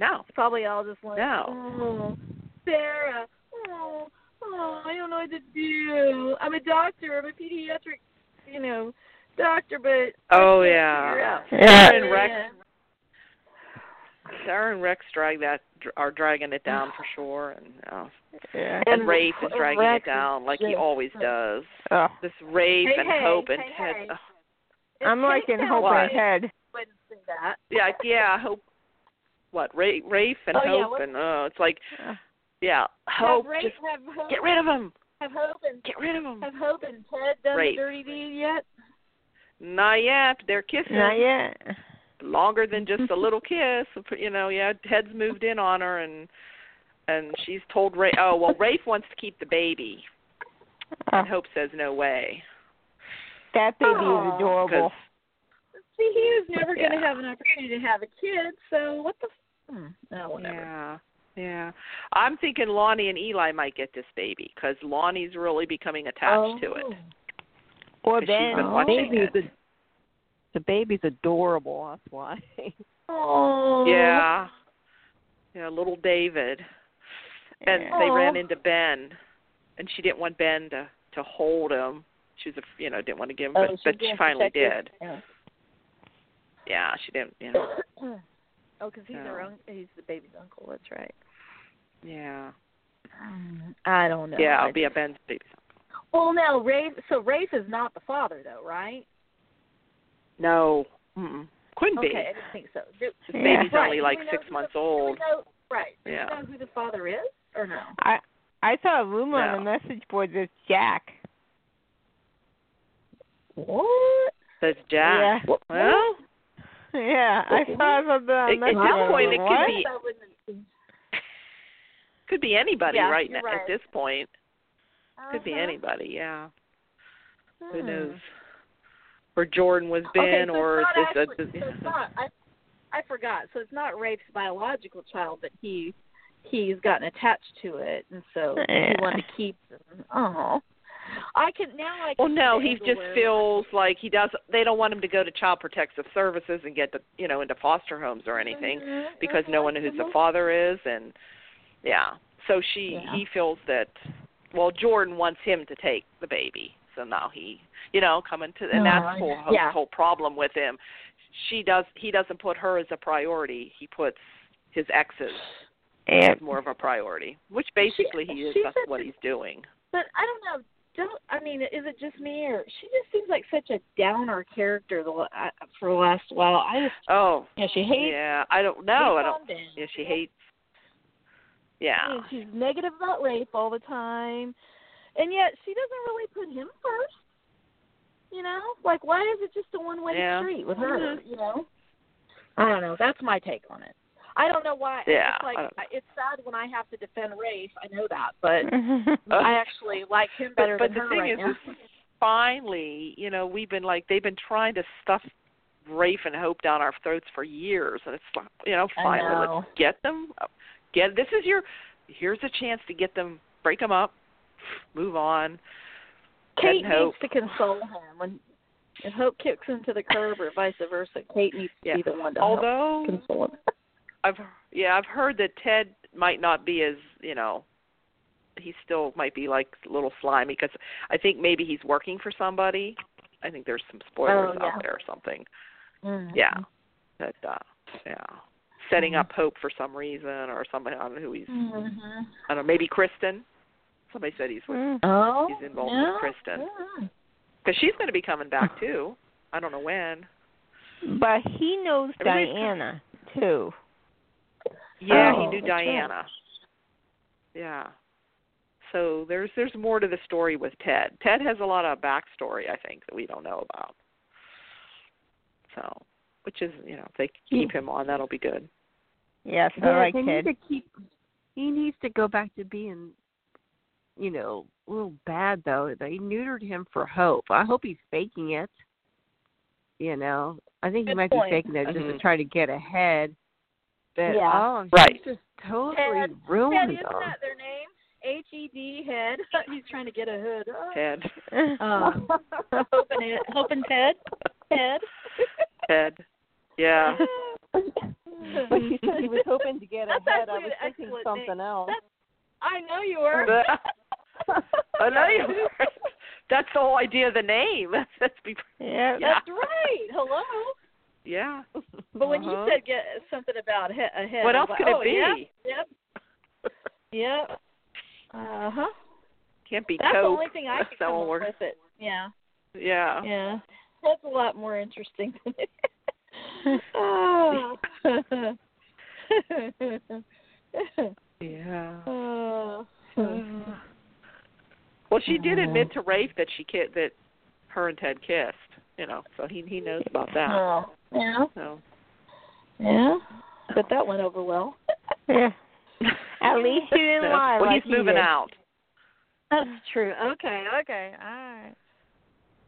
[SPEAKER 2] no,
[SPEAKER 5] It's probably all just like,
[SPEAKER 2] No.
[SPEAKER 5] oh, Sarah, oh, oh, I don't know what to do. I'm a doctor. I'm a pediatric, you know, doctor, but I
[SPEAKER 2] Oh,
[SPEAKER 5] can't
[SPEAKER 2] yeah.
[SPEAKER 5] figure out."
[SPEAKER 4] Yeah.
[SPEAKER 2] And Rex- Sarah and Rex drag that are dragging it down for sure, and uh,
[SPEAKER 4] Yeah.
[SPEAKER 2] and,
[SPEAKER 5] And
[SPEAKER 2] Rafe is dragging
[SPEAKER 5] Rex
[SPEAKER 2] it down like he
[SPEAKER 5] just-
[SPEAKER 2] always does.
[SPEAKER 4] Oh,
[SPEAKER 2] This Rafe
[SPEAKER 5] Hey,
[SPEAKER 2] and
[SPEAKER 5] hey,
[SPEAKER 2] Hope and
[SPEAKER 5] hey,
[SPEAKER 2] Ted. uh,
[SPEAKER 5] hey.
[SPEAKER 2] ugh.
[SPEAKER 4] I'm liking Hope
[SPEAKER 2] Why?
[SPEAKER 4] and Ted.
[SPEAKER 5] Wouldn't see that.
[SPEAKER 2] yeah, yeah, Hope. What Ra- Rafe and
[SPEAKER 5] Oh, yeah,
[SPEAKER 2] Hope
[SPEAKER 5] what-
[SPEAKER 2] and uh, it's like
[SPEAKER 4] Uh,
[SPEAKER 2] yeah,
[SPEAKER 5] Have,
[SPEAKER 2] Hope.
[SPEAKER 5] Ray,
[SPEAKER 2] Just
[SPEAKER 5] have hope.
[SPEAKER 2] get rid of him.
[SPEAKER 5] Have hope and
[SPEAKER 2] Get rid of him.
[SPEAKER 5] have hope and Ted done
[SPEAKER 2] Rafe.
[SPEAKER 5] the dirty deed yet?
[SPEAKER 2] Not yet. They're kissing
[SPEAKER 4] Not yet.
[SPEAKER 2] longer than just a little kiss. You know, yeah. Ted's moved in on her, and and she's told Rafe. Oh well, Rafe wants to keep the baby,
[SPEAKER 4] Oh,
[SPEAKER 2] and Hope says no way.
[SPEAKER 4] that baby
[SPEAKER 5] Aw.
[SPEAKER 4] is
[SPEAKER 2] 'Cause-
[SPEAKER 4] adorable.
[SPEAKER 5] oh, See, he was never going
[SPEAKER 2] Yeah.
[SPEAKER 5] to have an opportunity to have a kid. So what the? F- hmm. No, whatever.
[SPEAKER 2] yeah, yeah. I'm thinking Lonnie and Eli might get this baby because Lonnie's really becoming attached
[SPEAKER 5] Oh,
[SPEAKER 2] to it.
[SPEAKER 4] Or
[SPEAKER 2] 'Cause she's been
[SPEAKER 4] Ben.
[SPEAKER 2] watching
[SPEAKER 3] baby's
[SPEAKER 2] it.
[SPEAKER 3] ad- the baby's adorable. That's why.
[SPEAKER 5] Oh.
[SPEAKER 2] Yeah. Yeah, little David. and
[SPEAKER 4] Yeah.
[SPEAKER 2] they
[SPEAKER 5] Aw.
[SPEAKER 2] ran into Ben, and she didn't want Ben to to hold him. She was, a, you know, didn't want to give him,
[SPEAKER 5] Oh,
[SPEAKER 2] but,
[SPEAKER 5] she's
[SPEAKER 2] but she
[SPEAKER 5] being
[SPEAKER 2] finally did.
[SPEAKER 5] protective. Yeah.
[SPEAKER 2] Yeah, she didn't. You know,
[SPEAKER 5] oh, because he's her
[SPEAKER 2] So.
[SPEAKER 5] own. He's the baby's uncle. That's right.
[SPEAKER 2] yeah,
[SPEAKER 4] Mm,
[SPEAKER 5] I don't know.
[SPEAKER 2] yeah.
[SPEAKER 5] I
[SPEAKER 2] I'll be a Ben's baby.
[SPEAKER 5] Well, no, Rafe. So Rafe is not the father, though, right?
[SPEAKER 2] No, Mm-mm. couldn't
[SPEAKER 5] okay,
[SPEAKER 2] be.
[SPEAKER 5] I didn't think so. Do,
[SPEAKER 2] This
[SPEAKER 4] Yeah.
[SPEAKER 2] baby's
[SPEAKER 5] Right.
[SPEAKER 2] only
[SPEAKER 5] Do
[SPEAKER 2] like
[SPEAKER 5] we know
[SPEAKER 2] six
[SPEAKER 5] who the-
[SPEAKER 2] months
[SPEAKER 5] do we
[SPEAKER 2] old.
[SPEAKER 5] know, right? Do
[SPEAKER 2] Yeah.
[SPEAKER 5] we know who the father is, or no?
[SPEAKER 4] I I saw a rumor on the
[SPEAKER 2] No.
[SPEAKER 4] message board that's Jack.
[SPEAKER 5] What?
[SPEAKER 2] Says Jack.
[SPEAKER 4] Yeah.
[SPEAKER 2] Well,
[SPEAKER 4] Yeah, I saw it on the
[SPEAKER 2] At- at
[SPEAKER 4] message
[SPEAKER 2] this
[SPEAKER 4] board.
[SPEAKER 2] point, it could
[SPEAKER 4] What?
[SPEAKER 2] be-
[SPEAKER 5] That wouldn't-
[SPEAKER 2] could be anybody
[SPEAKER 5] Yeah,
[SPEAKER 2] right
[SPEAKER 5] you're
[SPEAKER 2] now
[SPEAKER 5] right.
[SPEAKER 2] at this point. Could be
[SPEAKER 5] Uh-huh.
[SPEAKER 2] anybody. Yeah. Who
[SPEAKER 4] Hmm.
[SPEAKER 2] knows? Where Jordan was Ben,
[SPEAKER 5] okay, so
[SPEAKER 2] or uh,
[SPEAKER 5] it's not
[SPEAKER 2] this.
[SPEAKER 5] actually,
[SPEAKER 2] this-
[SPEAKER 5] so it's not. I, I forgot. So it's not Rafe's biological child, but he he's gotten attached to it, and so
[SPEAKER 4] Yeah.
[SPEAKER 2] Eh.
[SPEAKER 5] he wanted to keep them. Oh, I can now. I can
[SPEAKER 2] Well, no,
[SPEAKER 5] see
[SPEAKER 2] he just
[SPEAKER 5] where-
[SPEAKER 2] feels like he does. They don't want him to go to Child Protective Services and get the, you know into foster homes or anything
[SPEAKER 5] Mhm,
[SPEAKER 2] because no
[SPEAKER 5] mhm,
[SPEAKER 2] one who's the
[SPEAKER 5] mhm.
[SPEAKER 2] father is, and yeah. So she
[SPEAKER 5] Yeah.
[SPEAKER 2] he feels that well Jordan wants him to take the baby, so now he you know coming to
[SPEAKER 5] No,
[SPEAKER 2] and that's
[SPEAKER 5] I-
[SPEAKER 2] the whole, whole-
[SPEAKER 5] yeah.
[SPEAKER 2] whole problem with him. She does he doesn't put her as a priority. He puts his exes
[SPEAKER 4] Yeah.
[SPEAKER 2] as more of a priority, which basically he is.
[SPEAKER 5] she
[SPEAKER 2] That's
[SPEAKER 5] said
[SPEAKER 2] what
[SPEAKER 5] that-
[SPEAKER 2] he's doing.
[SPEAKER 5] But I don't know. Don't I mean? Is it just me, or she just seems like such a downer character the, la- I- for the last while? I just
[SPEAKER 2] Oh,
[SPEAKER 5] you know she hates.
[SPEAKER 2] yeah. I don't know.
[SPEAKER 5] hates
[SPEAKER 2] I don't.
[SPEAKER 5] on Ben.
[SPEAKER 2] Yeah, she hates. Yeah.
[SPEAKER 5] And she's negative about rape all the time, and yet she doesn't really put him first. You know, like why is it just a one-way
[SPEAKER 2] Yeah.
[SPEAKER 5] street with her?
[SPEAKER 2] Mhm.
[SPEAKER 5] You know, I don't know. That's my take on it. I don't know why.
[SPEAKER 2] Yeah,
[SPEAKER 5] it's like
[SPEAKER 2] I don't know.
[SPEAKER 5] it's sad when I have to defend Rafe. I know that, but
[SPEAKER 2] Uh,
[SPEAKER 5] I actually like him
[SPEAKER 2] But,
[SPEAKER 5] better
[SPEAKER 2] but
[SPEAKER 5] than
[SPEAKER 2] the
[SPEAKER 5] her
[SPEAKER 2] thing
[SPEAKER 5] right
[SPEAKER 2] is,
[SPEAKER 5] now.
[SPEAKER 2] is finally, you know, we've been like they've been trying to stuff Rafe and Hope down our throats for years, and it's like, you know,
[SPEAKER 5] I
[SPEAKER 2] finally,
[SPEAKER 5] know.
[SPEAKER 2] let's get them. up- Get this is your here's a chance to get them, break them up, move on.
[SPEAKER 5] Kate
[SPEAKER 2] and Hope.
[SPEAKER 5] needs to console him when if Hope kicks him to the curb or vice versa. Kate needs to
[SPEAKER 2] Yeah.
[SPEAKER 5] be the one to help
[SPEAKER 2] Although
[SPEAKER 5] console him.
[SPEAKER 2] I've yeah, I've heard that Ted might not be as you know, he still might be like a little slimy because I think maybe he's working for somebody. I think there's some spoilers
[SPEAKER 5] Oh, yeah.
[SPEAKER 2] out there or something.
[SPEAKER 5] Mhm.
[SPEAKER 2] Yeah, that uh, yeah, setting
[SPEAKER 5] Mhm.
[SPEAKER 2] up hope for some reason or somebody. I don't know who he's.
[SPEAKER 5] Mhm.
[SPEAKER 2] I don't know. Maybe Kristen. Somebody said he's with
[SPEAKER 3] Mm-hmm.
[SPEAKER 4] Mm.
[SPEAKER 5] Oh,
[SPEAKER 2] He's involved with
[SPEAKER 5] yeah.
[SPEAKER 2] Kristen.
[SPEAKER 5] Yeah.
[SPEAKER 4] Mm-hmm.
[SPEAKER 2] because she's going to be coming back too. I don't know when.
[SPEAKER 4] But he knows
[SPEAKER 2] Everybody's-
[SPEAKER 4] Diana too.
[SPEAKER 2] Yeah,
[SPEAKER 5] Oh,
[SPEAKER 2] he knew
[SPEAKER 5] that's right.
[SPEAKER 2] Diana. Yeah. So there's there's more to the story with Ted. Ted has a lot of backstory I think that we don't know about. So, which is you know if they
[SPEAKER 5] Mm.
[SPEAKER 2] keep him on that'll be good.
[SPEAKER 4] Yes, I
[SPEAKER 3] Yeah,
[SPEAKER 4] like
[SPEAKER 3] they
[SPEAKER 4] Ted.
[SPEAKER 3] need to keep. He needs to go back to being, you know, a little bad though. They neutered him for hope. I hope he's faking it. You know, I think he
[SPEAKER 5] Good
[SPEAKER 3] might
[SPEAKER 5] point. Mm-hmm.
[SPEAKER 3] be faking it just to
[SPEAKER 2] Mhm.
[SPEAKER 3] try to get ahead. But
[SPEAKER 5] Yeah.
[SPEAKER 3] oh,
[SPEAKER 2] Right.
[SPEAKER 3] she's just totally
[SPEAKER 5] Ted- Ted,
[SPEAKER 3] ruined
[SPEAKER 5] isn't
[SPEAKER 3] him.
[SPEAKER 5] that their name? H E D head. He's trying to get a hood. Oh.
[SPEAKER 2] Ted,
[SPEAKER 5] Um, hoping it, hoping Ted, Ted.
[SPEAKER 2] Ted, yeah,
[SPEAKER 3] when she said he was hoping to get
[SPEAKER 5] That's
[SPEAKER 3] ahead, I was
[SPEAKER 5] actually an
[SPEAKER 3] thinking
[SPEAKER 5] excellent
[SPEAKER 3] something
[SPEAKER 5] name.
[SPEAKER 3] else.
[SPEAKER 5] That's- I know you were.
[SPEAKER 2] I know you. were. That's the whole idea of the name. That's be
[SPEAKER 4] yeah.
[SPEAKER 2] Yeah.
[SPEAKER 5] That's right. Hello.
[SPEAKER 2] yeah.
[SPEAKER 5] But when
[SPEAKER 2] Uh-huh.
[SPEAKER 5] you said get something about he- a head,
[SPEAKER 2] what
[SPEAKER 5] I
[SPEAKER 2] else
[SPEAKER 5] was like,
[SPEAKER 2] could it
[SPEAKER 5] oh,
[SPEAKER 2] be?
[SPEAKER 5] Yep. Yep. yep. Uh huh.
[SPEAKER 2] Can't be
[SPEAKER 5] That's the
[SPEAKER 2] Coke.
[SPEAKER 5] only thing I
[SPEAKER 2] That's
[SPEAKER 5] could
[SPEAKER 2] that
[SPEAKER 5] come
[SPEAKER 2] won't
[SPEAKER 5] up
[SPEAKER 2] work.
[SPEAKER 5] with it. Yeah.
[SPEAKER 2] Yeah.
[SPEAKER 5] Yeah. That's a lot more interesting than it. oh.
[SPEAKER 2] Yeah.
[SPEAKER 5] Oh.
[SPEAKER 2] Well, she did admit to Rafe that she ki- that her and Ted kissed. You know, so he he knows about that.
[SPEAKER 5] Oh. Yeah.
[SPEAKER 2] So
[SPEAKER 5] Yeah. But that went over well.
[SPEAKER 4] Yeah. At least you didn't
[SPEAKER 2] So-
[SPEAKER 4] lie.
[SPEAKER 2] well,
[SPEAKER 4] like
[SPEAKER 2] he's moving
[SPEAKER 4] he did.
[SPEAKER 2] out.
[SPEAKER 5] That's true. Okay, okay. All right.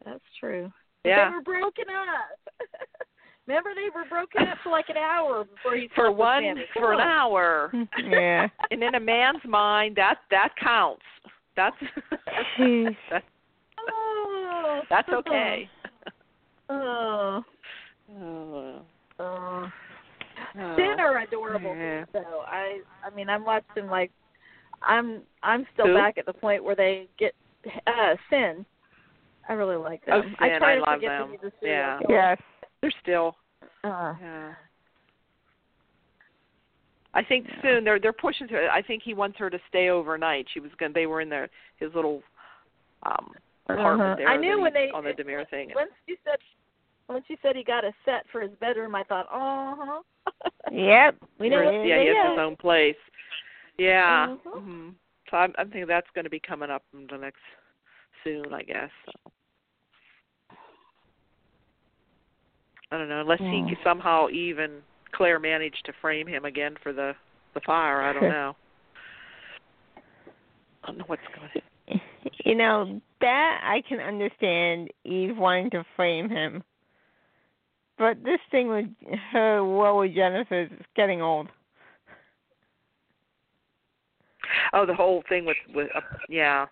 [SPEAKER 5] That's true. But
[SPEAKER 2] Yeah.
[SPEAKER 5] They were broken up. Remember they were broken up for like an hour before he
[SPEAKER 2] For
[SPEAKER 5] slept with
[SPEAKER 2] one,
[SPEAKER 5] Sammy.
[SPEAKER 2] for an hour,
[SPEAKER 4] yeah.
[SPEAKER 2] and in a man's mind, that that counts. That's
[SPEAKER 4] Jeez.
[SPEAKER 2] that's,
[SPEAKER 5] Oh.
[SPEAKER 2] that's okay.
[SPEAKER 5] Oh.
[SPEAKER 2] Oh,
[SPEAKER 5] oh.
[SPEAKER 2] oh.
[SPEAKER 5] Sin are adorable
[SPEAKER 2] Yeah.
[SPEAKER 5] so I I mean I'm watching like I'm I'm still
[SPEAKER 2] Who?
[SPEAKER 5] back at the point where they get uh Sin. I really like them.
[SPEAKER 2] Oh,
[SPEAKER 5] I
[SPEAKER 2] Sin,
[SPEAKER 5] try
[SPEAKER 2] I
[SPEAKER 5] to
[SPEAKER 2] love
[SPEAKER 5] forget to
[SPEAKER 2] them.
[SPEAKER 5] be the serial
[SPEAKER 2] Yeah.
[SPEAKER 5] killer.
[SPEAKER 4] Yes. Uh-huh.
[SPEAKER 2] They're still.
[SPEAKER 5] Uh,
[SPEAKER 2] Yeah. I think
[SPEAKER 4] Yeah.
[SPEAKER 2] soon they're they're pushing through. I think he wants her to stay overnight. She was going. They were in their his little um apartment
[SPEAKER 4] Uh-huh.
[SPEAKER 2] there.
[SPEAKER 5] I knew
[SPEAKER 2] that
[SPEAKER 5] when
[SPEAKER 2] he-
[SPEAKER 5] they-
[SPEAKER 2] on the Demir thing.
[SPEAKER 5] Once you said once you said he got a set for his bedroom, I thought, uh huh.
[SPEAKER 4] Yep.
[SPEAKER 5] We know
[SPEAKER 2] Or-
[SPEAKER 5] what
[SPEAKER 4] Yeah,
[SPEAKER 5] they
[SPEAKER 2] yeah, he has his
[SPEAKER 5] are.
[SPEAKER 2] own place. Yeah.
[SPEAKER 5] Mhm.
[SPEAKER 2] Mhm. So I'm, I'm thinking that's going to be coming up in the next soon, I guess. So. I don't know. Unless he
[SPEAKER 4] Yeah.
[SPEAKER 2] could somehow even Claire managed to frame him again for the the fire. I don't know. I don't know what's going. on.
[SPEAKER 4] You know, that I can understand Eve wanting to frame him. But this thing with her war with Jennifer is getting old.
[SPEAKER 2] Oh, the whole thing with with uh, yeah,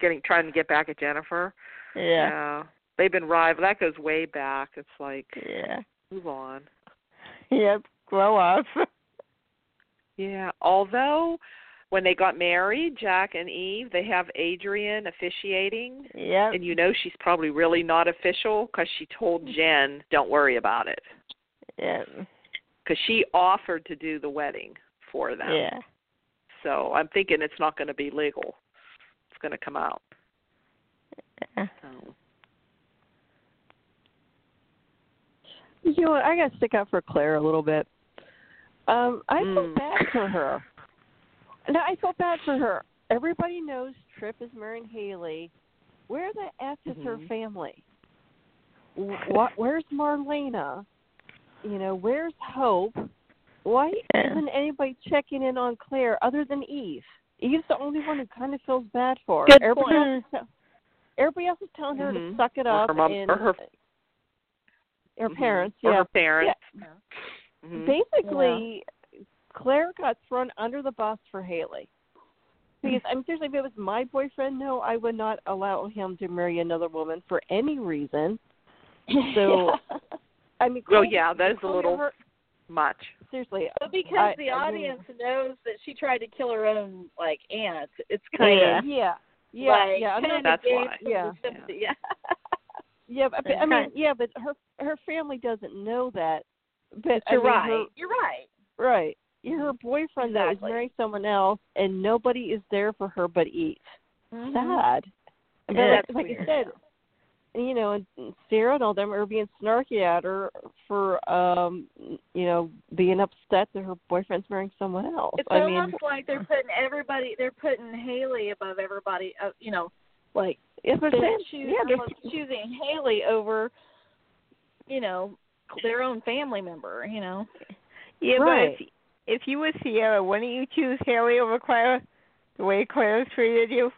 [SPEAKER 2] getting trying to get back at Jennifer.
[SPEAKER 4] Yeah.
[SPEAKER 2] They've been rival. That goes way back. It's like
[SPEAKER 4] Yeah.
[SPEAKER 2] move on.
[SPEAKER 4] Yep. Grow up.
[SPEAKER 2] Yeah, although when they got married, Jack and Eve, they have Adrian officiating,
[SPEAKER 4] Yep.
[SPEAKER 2] and you know she's probably really not official because she told
[SPEAKER 3] Mm-hmm.
[SPEAKER 2] Jen, "Don't worry about it,"
[SPEAKER 4] Yep.
[SPEAKER 2] because she offered to do the wedding for them.
[SPEAKER 4] Yeah.
[SPEAKER 2] So I'm thinking it's not going to be legal. It's going to come out.
[SPEAKER 4] Yeah.
[SPEAKER 2] So.
[SPEAKER 3] You know what? I got to stick up for Claire a little bit. Um, I
[SPEAKER 2] Mm.
[SPEAKER 3] felt bad for her. No, I felt bad for her. Everybody knows Tripp is marrying Haley. Where the f is her
[SPEAKER 2] Mhm.
[SPEAKER 3] family? What? Where's Marlena? You know, where's Hope? Why
[SPEAKER 4] Yeah.
[SPEAKER 3] isn't anybody checking in on Claire other than Eve? Eve's the only one who kind of feels bad for her.
[SPEAKER 4] Good
[SPEAKER 3] everybody,
[SPEAKER 4] point. Mm-hmm.
[SPEAKER 3] Else is tell- everybody else is telling her
[SPEAKER 2] Mhm.
[SPEAKER 3] to suck it
[SPEAKER 2] Or
[SPEAKER 3] up
[SPEAKER 2] her mom-
[SPEAKER 3] and
[SPEAKER 2] or her-
[SPEAKER 3] her
[SPEAKER 2] Mhm.
[SPEAKER 3] parents.
[SPEAKER 2] Or
[SPEAKER 3] yeah,
[SPEAKER 2] her parents. Mhm.
[SPEAKER 3] basically Claire got thrown under the bus for Haley. Because I'm seriously, if it was my boyfriend, no, I would not allow him to marry another woman for any reason. So I mean,
[SPEAKER 2] Well,
[SPEAKER 3] Claire-
[SPEAKER 2] yeah, that is a
[SPEAKER 3] Claire
[SPEAKER 2] little
[SPEAKER 3] hurt-
[SPEAKER 2] much.
[SPEAKER 3] seriously.
[SPEAKER 5] But because
[SPEAKER 3] I-
[SPEAKER 5] the
[SPEAKER 3] I mean-
[SPEAKER 5] audience knows that she tried to kill her own like aunt, it's kind
[SPEAKER 4] Yeah.
[SPEAKER 5] of
[SPEAKER 3] yeah, yeah,
[SPEAKER 5] Oh, like
[SPEAKER 3] yeah. I'm
[SPEAKER 5] kind
[SPEAKER 3] not,
[SPEAKER 5] of
[SPEAKER 2] That's
[SPEAKER 5] gave
[SPEAKER 2] why.
[SPEAKER 5] some
[SPEAKER 3] Yeah.
[SPEAKER 5] sympathy. Yeah.
[SPEAKER 3] yeah, but, but, I mean,
[SPEAKER 4] Okay.
[SPEAKER 3] yeah, but her her family doesn't know that. But I
[SPEAKER 5] You're
[SPEAKER 3] mean, her-
[SPEAKER 5] right. You're right.
[SPEAKER 3] right. Her boyfriend that was
[SPEAKER 5] Exactly.
[SPEAKER 3] marrying someone else, and nobody is there for her but Eve.
[SPEAKER 5] Mhm.
[SPEAKER 3] sad. But
[SPEAKER 4] Yeah,
[SPEAKER 3] Mm-hmm. like,
[SPEAKER 5] that's
[SPEAKER 3] like
[SPEAKER 5] weird.
[SPEAKER 3] I said, you know, and Sarah and all them are being snarky at her for um you know, being upset that her boyfriend's marrying someone else.
[SPEAKER 5] It's
[SPEAKER 3] I
[SPEAKER 5] almost
[SPEAKER 3] mean
[SPEAKER 5] like they're putting everybody. They're putting Haley above everybody. Uh, you know, like
[SPEAKER 3] it's
[SPEAKER 5] they're choosing,
[SPEAKER 3] yeah, they're-
[SPEAKER 5] almost choosing Haley over, you know, their own family member. You know.
[SPEAKER 4] Yeah,
[SPEAKER 3] Right.
[SPEAKER 4] but if, if you were Sierra, wouldn't you choose Haley over Clara? The way Clara's treated you?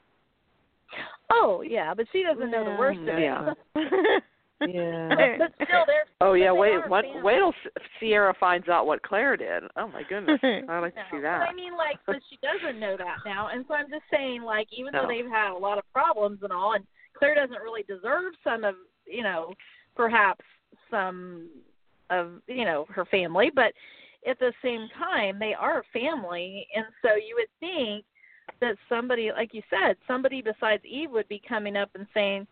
[SPEAKER 5] Oh yeah, but she doesn't know the worst of it.
[SPEAKER 2] Yeah.
[SPEAKER 3] Mm-hmm. Yeah.
[SPEAKER 5] but, but still, they're.
[SPEAKER 2] Oh
[SPEAKER 5] but
[SPEAKER 2] yeah,
[SPEAKER 5] they
[SPEAKER 2] wait,
[SPEAKER 5] are
[SPEAKER 2] what,
[SPEAKER 5] family.
[SPEAKER 2] wait till S- Sierra finds out what Claire did. Oh my goodness, I'd like to
[SPEAKER 5] No.
[SPEAKER 2] see
[SPEAKER 5] But
[SPEAKER 2] that.
[SPEAKER 5] I mean, like, but she doesn't know that now, and so I'm just saying, like, even
[SPEAKER 2] No.
[SPEAKER 5] though they've had a lot of problems and all, and Claire doesn't really deserve some of, you know, perhaps some of, you know, her family, but at the same time, they are family, and so you would think that somebody, like you said, somebody besides Eve would be coming up and saying.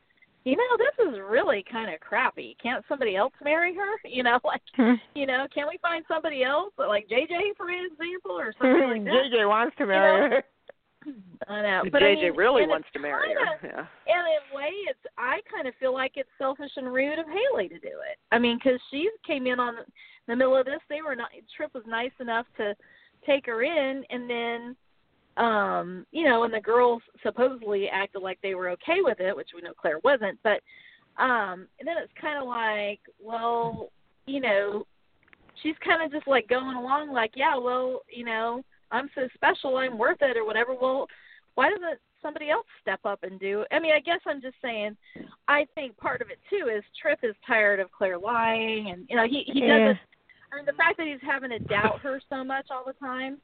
[SPEAKER 5] You know, this is really kind of crappy. Can't somebody else marry her? You know, like
[SPEAKER 4] Hmm.
[SPEAKER 5] you know, can we find somebody else, like JJ, for example, or something like that?
[SPEAKER 4] JJ wants to marry her.
[SPEAKER 5] I know, but I
[SPEAKER 2] JJ
[SPEAKER 5] mean,
[SPEAKER 2] really
[SPEAKER 5] and
[SPEAKER 2] wants
[SPEAKER 5] it's
[SPEAKER 2] to marry
[SPEAKER 5] kinda-
[SPEAKER 2] her. Yeah.
[SPEAKER 5] And in a way, it's I kind of feel like it's selfish and rude of Haley to do it. I mean, because she came in on the middle of this. They were not. Trip was nice enough to take her in, and then, um, you know, and the girls supposedly acted like they were okay with it, which we know Claire wasn't. But um, and then it's kind of like, well, you know, she's kind of just like going along, like, yeah, well, you know, I'm so special, I'm worth it, or whatever. Well, why doesn't somebody else step up and do? I mean, I guess I'm just saying. I think part of it too is Tripp is tired of Claire lying, and you know, he he
[SPEAKER 4] Yeah.
[SPEAKER 5] doesn't. I mean, the fact that he's having to doubt her so much all the time.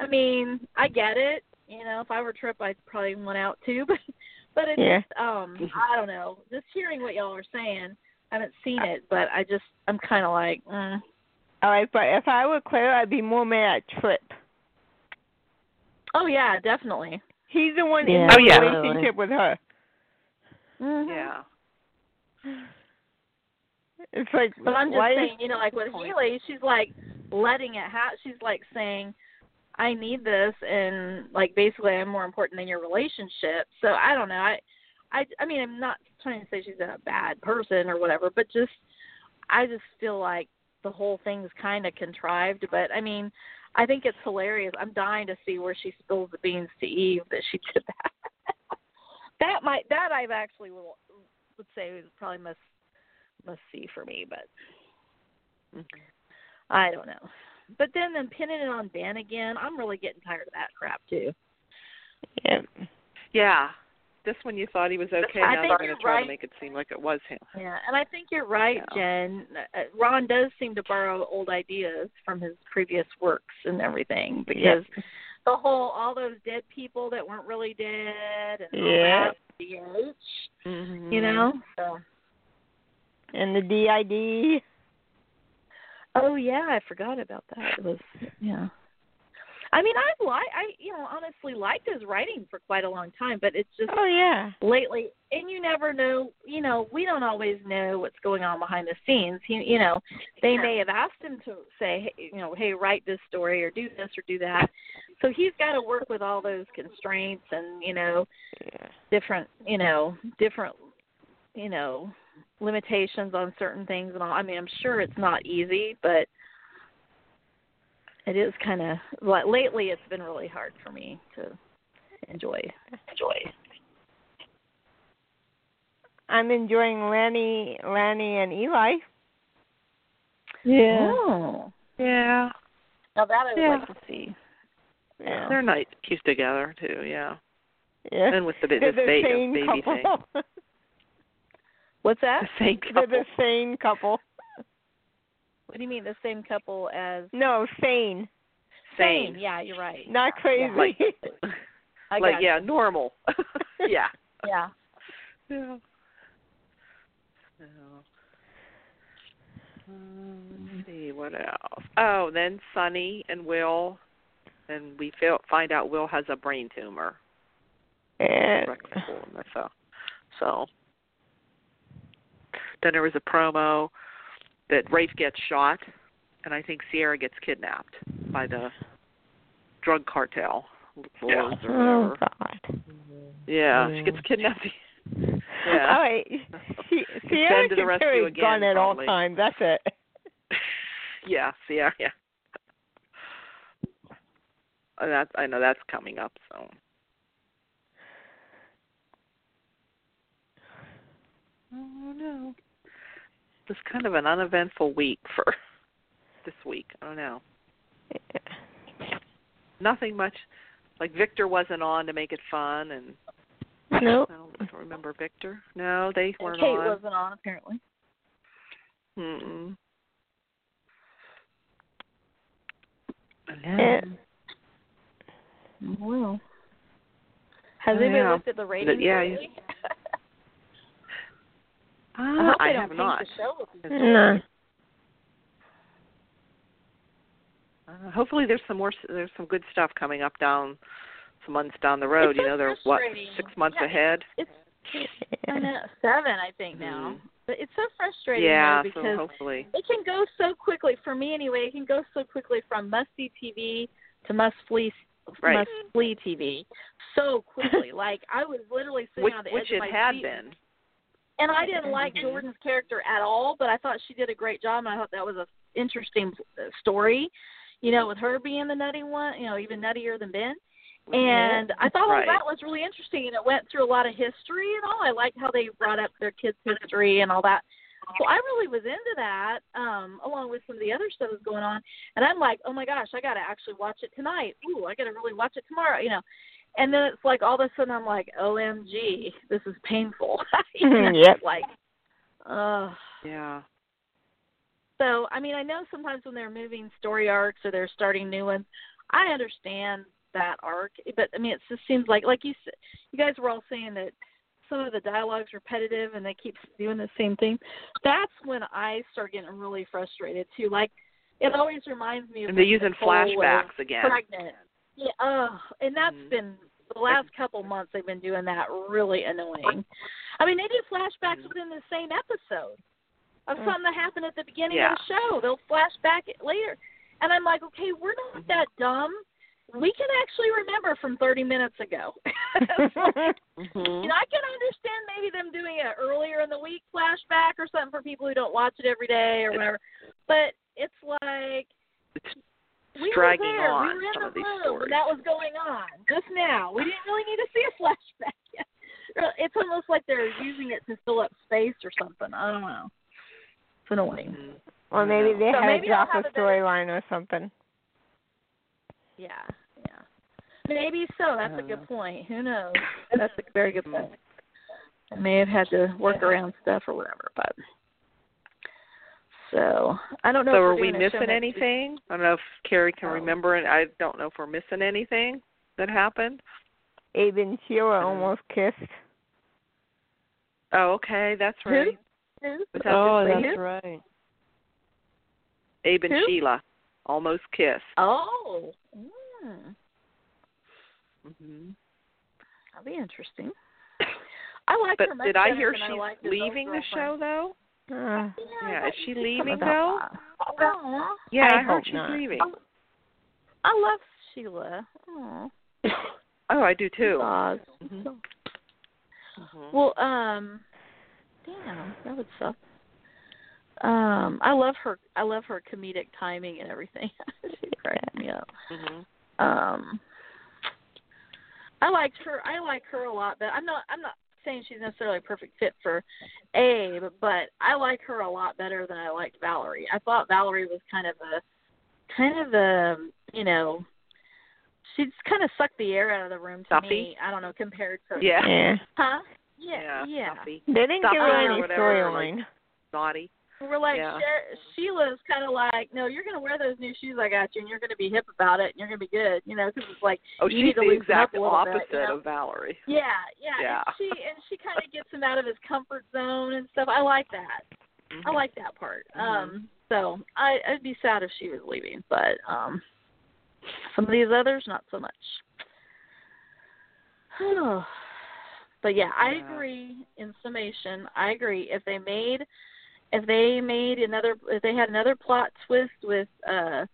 [SPEAKER 5] I mean, I get it. You know, if I were Tripp, I'd probably want out too. But but it's
[SPEAKER 4] Yeah.
[SPEAKER 5] um I don't know. Just hearing what y'all are saying, I haven't seen it, but I just I'm kind of like, mm.
[SPEAKER 4] Oh, All right, but if I were Claire, I'd be more mad at Trip.
[SPEAKER 5] Oh yeah, definitely.
[SPEAKER 4] He's the one
[SPEAKER 3] Yeah,
[SPEAKER 4] in the
[SPEAKER 2] Oh, yeah.
[SPEAKER 4] relationship with her.
[SPEAKER 5] Mhm.
[SPEAKER 2] Yeah.
[SPEAKER 4] It's like
[SPEAKER 5] But I'm just
[SPEAKER 4] why
[SPEAKER 5] saying, you know, like with Haley, she's like letting it happen. She's like saying, "I need this," and like basically, I'm more important than your relationship. So I don't know. I, I, I mean, I'm not trying to say she's a bad person or whatever, but just I just feel like the whole thing's kind of contrived. But I mean, I think it's hilarious. I'm dying to see where she spills the beans to Eve that she did that. that might that I've actually will would say is probably must must see for me, but
[SPEAKER 4] Mm-hmm.
[SPEAKER 5] I don't know. But then then pinning it on Ben again, I'm really getting tired of that crap too.
[SPEAKER 4] is- yeah.
[SPEAKER 2] Yeah. This one you thought he was okay.
[SPEAKER 5] I
[SPEAKER 2] now
[SPEAKER 5] think
[SPEAKER 2] they're going
[SPEAKER 5] you're
[SPEAKER 2] to try
[SPEAKER 5] right.
[SPEAKER 2] to make it seem like it was him.
[SPEAKER 5] Yeah, and I think you're right, Jen. Uh, Ron does seem to borrow old ideas from his previous works and everything because the whole all those dead people that weren't really dead and all
[SPEAKER 4] Yeah.
[SPEAKER 5] that DH, you know. So.
[SPEAKER 4] and the DID.
[SPEAKER 5] Oh yeah, I forgot about that. It was yeah. I mean, I've li- I you know honestly liked his writing for quite a long time, but it's just
[SPEAKER 4] Oh yeah.
[SPEAKER 5] lately and you never know you know we don't always know what's going on behind the scenes he you know they may have asked him to say hey, you know hey write this story or do this or do that so he's got to work with all those constraints and you know
[SPEAKER 4] Yeah.
[SPEAKER 5] different you know different you know limitations on certain things and all i mean i'm sure it's not easy but it is kind of like lately it's been really hard for me to enjoy enjoy
[SPEAKER 4] I'm enjoying Lanny, Lanny and Eli.
[SPEAKER 3] Yeah.
[SPEAKER 5] oh.
[SPEAKER 2] Yeah.
[SPEAKER 5] Now that I would
[SPEAKER 2] Yeah.
[SPEAKER 5] like to see.
[SPEAKER 4] Yeah.
[SPEAKER 2] They're nice. He's together too. Yeah.
[SPEAKER 4] yeah.
[SPEAKER 2] And with the big
[SPEAKER 4] They're
[SPEAKER 2] this
[SPEAKER 4] the
[SPEAKER 2] ba-
[SPEAKER 4] same
[SPEAKER 2] baby thing.
[SPEAKER 4] couple.
[SPEAKER 5] What's that?
[SPEAKER 2] The same
[SPEAKER 4] They're
[SPEAKER 2] couple.
[SPEAKER 4] the same couple.
[SPEAKER 5] What do you mean the same couple as
[SPEAKER 4] No, sane,
[SPEAKER 2] Sane.
[SPEAKER 5] Yeah, you're right.
[SPEAKER 4] not
[SPEAKER 5] Yeah,
[SPEAKER 4] crazy.
[SPEAKER 5] Yeah, I
[SPEAKER 2] like
[SPEAKER 5] got you.
[SPEAKER 2] yeah, normal. yeah.
[SPEAKER 5] yeah.
[SPEAKER 2] Yeah. So, um, let's see what else. Oh, then Sonny and Will, and we feel, find out Will has a brain tumor.
[SPEAKER 4] Yeah.
[SPEAKER 2] Correctable, and that's all. So then there was a promo that Rafe gets shot, and I think Sierra gets kidnapped by the drug cartel lords or
[SPEAKER 4] Oh
[SPEAKER 2] whatever.
[SPEAKER 4] God.
[SPEAKER 2] Yeah, she gets kidnapped. Yeah.
[SPEAKER 4] All right. She,
[SPEAKER 2] Ben
[SPEAKER 4] Sierra
[SPEAKER 2] to the
[SPEAKER 4] can
[SPEAKER 2] rescue
[SPEAKER 4] carry a
[SPEAKER 2] again,
[SPEAKER 4] gun at all
[SPEAKER 2] probably.
[SPEAKER 4] times. That's it.
[SPEAKER 2] yeah, Sierra. Yeah. And that's I know that's coming up. So oh no, it's kind of an uneventful week for this week. I don't know. Nothing much. Like Victor wasn't on to make it fun, and
[SPEAKER 4] No.
[SPEAKER 2] I don't, I don't remember Victor. No, they
[SPEAKER 5] And
[SPEAKER 2] weren't
[SPEAKER 5] Kate
[SPEAKER 2] on.
[SPEAKER 5] wasn't on apparently.
[SPEAKER 2] Mm-mm.
[SPEAKER 4] Yeah.
[SPEAKER 5] Well. Has
[SPEAKER 2] Oh,
[SPEAKER 5] anybody
[SPEAKER 2] yeah.
[SPEAKER 5] looked at the ratings?
[SPEAKER 2] yeah,
[SPEAKER 5] lately? Uh-huh, I hope
[SPEAKER 2] Ah,
[SPEAKER 5] they
[SPEAKER 2] I
[SPEAKER 5] don't
[SPEAKER 2] have
[SPEAKER 5] tank
[SPEAKER 2] not.
[SPEAKER 5] The show with these-
[SPEAKER 4] No.
[SPEAKER 2] Uh, hopefully, there's some more. s- There's some good stuff coming up down some months down the road.
[SPEAKER 5] It's
[SPEAKER 2] you
[SPEAKER 5] so
[SPEAKER 2] know, they're what
[SPEAKER 5] frustrating.
[SPEAKER 2] six months
[SPEAKER 5] Yeah, it's-
[SPEAKER 2] ahead.
[SPEAKER 5] I'm at seven, I think now.
[SPEAKER 2] Mhm.
[SPEAKER 5] But it's so frustrating
[SPEAKER 2] yeah,
[SPEAKER 5] though,
[SPEAKER 2] so
[SPEAKER 5] because
[SPEAKER 2] hopefully,
[SPEAKER 5] it can go so quickly for me anyway. It can go so quickly from must see TV to must flee
[SPEAKER 2] Right.
[SPEAKER 5] must flee TV so quickly. like I was literally sitting
[SPEAKER 2] which
[SPEAKER 5] on the
[SPEAKER 2] which
[SPEAKER 5] edge
[SPEAKER 2] it
[SPEAKER 5] of my
[SPEAKER 2] had
[SPEAKER 5] seat,
[SPEAKER 2] been.
[SPEAKER 5] and I didn't like
[SPEAKER 2] Mhm.
[SPEAKER 5] Jordan's character at all. But I thought she did a great job, and I thought that was a interesting uh, story. You know, with her being the nutty one, you know, even nuttier than Ben. And I thought
[SPEAKER 2] Mm-hmm. Right.
[SPEAKER 5] all that was really interesting, and it went through a lot of history and all. I liked how they brought up their kids' history and all that. So I really was into that, um, along with some of the other stuff that was going on. And I'm like, oh my gosh, I got to actually watch it tonight. Ooh, I got to really watch it tomorrow, you know. And then it's like all of a sudden I'm like, OMG, this is painful. You know,
[SPEAKER 4] Yep.
[SPEAKER 5] it's Like, ugh.
[SPEAKER 2] yeah,
[SPEAKER 5] So, I mean, I know sometimes when they're moving story arcs or they're starting new ones, I understand that arc, but I mean, it just seems like, like you, s- you guys were all saying that some of the dialogue's repetitive and they keep doing the same thing. That's when I start getting really frustrated too. Like, it always reminds me of
[SPEAKER 2] and they're
[SPEAKER 5] when
[SPEAKER 2] using
[SPEAKER 5] Nicole was
[SPEAKER 2] flashbacks again.
[SPEAKER 5] Pregnant. Yeah, oh, and that's
[SPEAKER 2] Mhm.
[SPEAKER 5] been the last couple months. They've been doing that really annoying. I mean, they do flashbacks
[SPEAKER 2] Mhm.
[SPEAKER 5] within the same episode of
[SPEAKER 4] Mm.
[SPEAKER 5] something that happened at the beginning
[SPEAKER 2] Yeah.
[SPEAKER 5] of the show. They'll flash back it later, and I'm like, okay, we're not that dumb. We can actually remember from 30 minutes ago. It's like,
[SPEAKER 3] hmm
[SPEAKER 5] you know, I can understand maybe them doing a earlier in the week flashback or something for people who don't watch it every day or whatever. But it's like
[SPEAKER 2] It's
[SPEAKER 5] we
[SPEAKER 2] dragging
[SPEAKER 5] were there.
[SPEAKER 2] on
[SPEAKER 5] we were in
[SPEAKER 2] some
[SPEAKER 5] the
[SPEAKER 2] of these
[SPEAKER 5] room
[SPEAKER 2] stories.
[SPEAKER 5] when that was going on just now. We didn't really need to see a flashback yet. It's almost like they're using it to fill up space or something. I don't know. It's annoying.
[SPEAKER 2] mm,
[SPEAKER 4] Or maybe they
[SPEAKER 5] So
[SPEAKER 4] had
[SPEAKER 5] maybe
[SPEAKER 4] a
[SPEAKER 5] I'll
[SPEAKER 4] drop
[SPEAKER 5] have
[SPEAKER 4] a
[SPEAKER 5] a better-
[SPEAKER 4] storyline or something.
[SPEAKER 5] Yeah, yeah. Maybe so. That's a good point. Who knows? That's a very good point. I may have had to work around stuff or whatever, but so I don't know.
[SPEAKER 2] So
[SPEAKER 5] if we're
[SPEAKER 2] are we
[SPEAKER 5] doing a show
[SPEAKER 2] missing
[SPEAKER 5] next week.
[SPEAKER 2] anything? I don't know if Carrie can
[SPEAKER 5] Oh.
[SPEAKER 2] remember it. I don't know if we're missing anything that happened.
[SPEAKER 4] Abe and Sheila
[SPEAKER 2] Mm.
[SPEAKER 4] almost kissed.
[SPEAKER 2] Oh, okay, that's
[SPEAKER 5] Who?
[SPEAKER 2] right.
[SPEAKER 5] Who?
[SPEAKER 2] Was that
[SPEAKER 3] Oh,
[SPEAKER 2] this lady?
[SPEAKER 3] that's right.
[SPEAKER 2] Abe and
[SPEAKER 5] Who?
[SPEAKER 2] Sheila almost kissed.
[SPEAKER 5] Oh, mm.
[SPEAKER 2] hmm
[SPEAKER 5] that'd be interesting. I like
[SPEAKER 2] But
[SPEAKER 5] her. much
[SPEAKER 2] did I
[SPEAKER 5] better
[SPEAKER 2] hear
[SPEAKER 5] than I
[SPEAKER 2] she's
[SPEAKER 5] liked his old
[SPEAKER 2] leaving the show
[SPEAKER 5] girlfriend.
[SPEAKER 2] though?
[SPEAKER 4] Uh,
[SPEAKER 5] I
[SPEAKER 2] Yeah,
[SPEAKER 5] thought
[SPEAKER 2] is she
[SPEAKER 5] said something
[SPEAKER 2] leaving,
[SPEAKER 5] about that. Aw.
[SPEAKER 2] Yeah,
[SPEAKER 4] I
[SPEAKER 2] I, heard
[SPEAKER 4] hope
[SPEAKER 2] she's
[SPEAKER 4] not.
[SPEAKER 2] leaving.
[SPEAKER 5] I love Sheila. Aw.
[SPEAKER 2] Oh, I do too.
[SPEAKER 5] Aw.
[SPEAKER 2] Mhm.
[SPEAKER 5] So-
[SPEAKER 2] Mhm.
[SPEAKER 5] Well, um, damn, that would suck. Um, I love her. I love her comedic timing and everything. she cracks me up.
[SPEAKER 2] Mhm.
[SPEAKER 5] Um, I liked her. I like her a lot, but I'm not. I'm not saying she's necessarily a perfect fit for Abe, but I like her a lot better than I liked Valerie. I thought Valerie was kind of a, kind of a, you know, she's kind of sucked the air out of the room to
[SPEAKER 2] Stuffy?
[SPEAKER 5] me. I don't know compared to
[SPEAKER 2] Yeah.
[SPEAKER 4] yeah.
[SPEAKER 5] Huh?
[SPEAKER 2] Yeah.
[SPEAKER 5] Yeah, yeah.
[SPEAKER 2] stuffy.
[SPEAKER 4] They didn't
[SPEAKER 2] Stuff
[SPEAKER 4] give
[SPEAKER 5] or
[SPEAKER 4] her any
[SPEAKER 2] whatever,
[SPEAKER 4] storyline.
[SPEAKER 2] Naughty.
[SPEAKER 5] We're like
[SPEAKER 2] Yeah.
[SPEAKER 5] She- Sheila's kind of like, no, you're gonna wear those new shoes I got you, and you're gonna be hip about it, and you're gonna be good, you know, because it's like,
[SPEAKER 2] Oh,
[SPEAKER 5] You
[SPEAKER 2] she's
[SPEAKER 5] need to
[SPEAKER 2] the
[SPEAKER 5] loosen up
[SPEAKER 2] exact
[SPEAKER 5] a little bit,
[SPEAKER 2] opposite
[SPEAKER 5] you know?
[SPEAKER 2] of Valerie.
[SPEAKER 5] yeah, yeah.
[SPEAKER 2] Yeah.
[SPEAKER 5] And she and she kind of gets him out of his comfort zone and stuff. I like that. I
[SPEAKER 2] Mhm.
[SPEAKER 5] like that part.
[SPEAKER 4] Uh-huh.
[SPEAKER 5] Um, so I, I'd be sad if she was leaving, but um, some of these others, not so much. but yeah, I
[SPEAKER 2] Yeah.
[SPEAKER 5] agree. In summation, I agree. If they made, if they made another, if they had another plot twist with uh,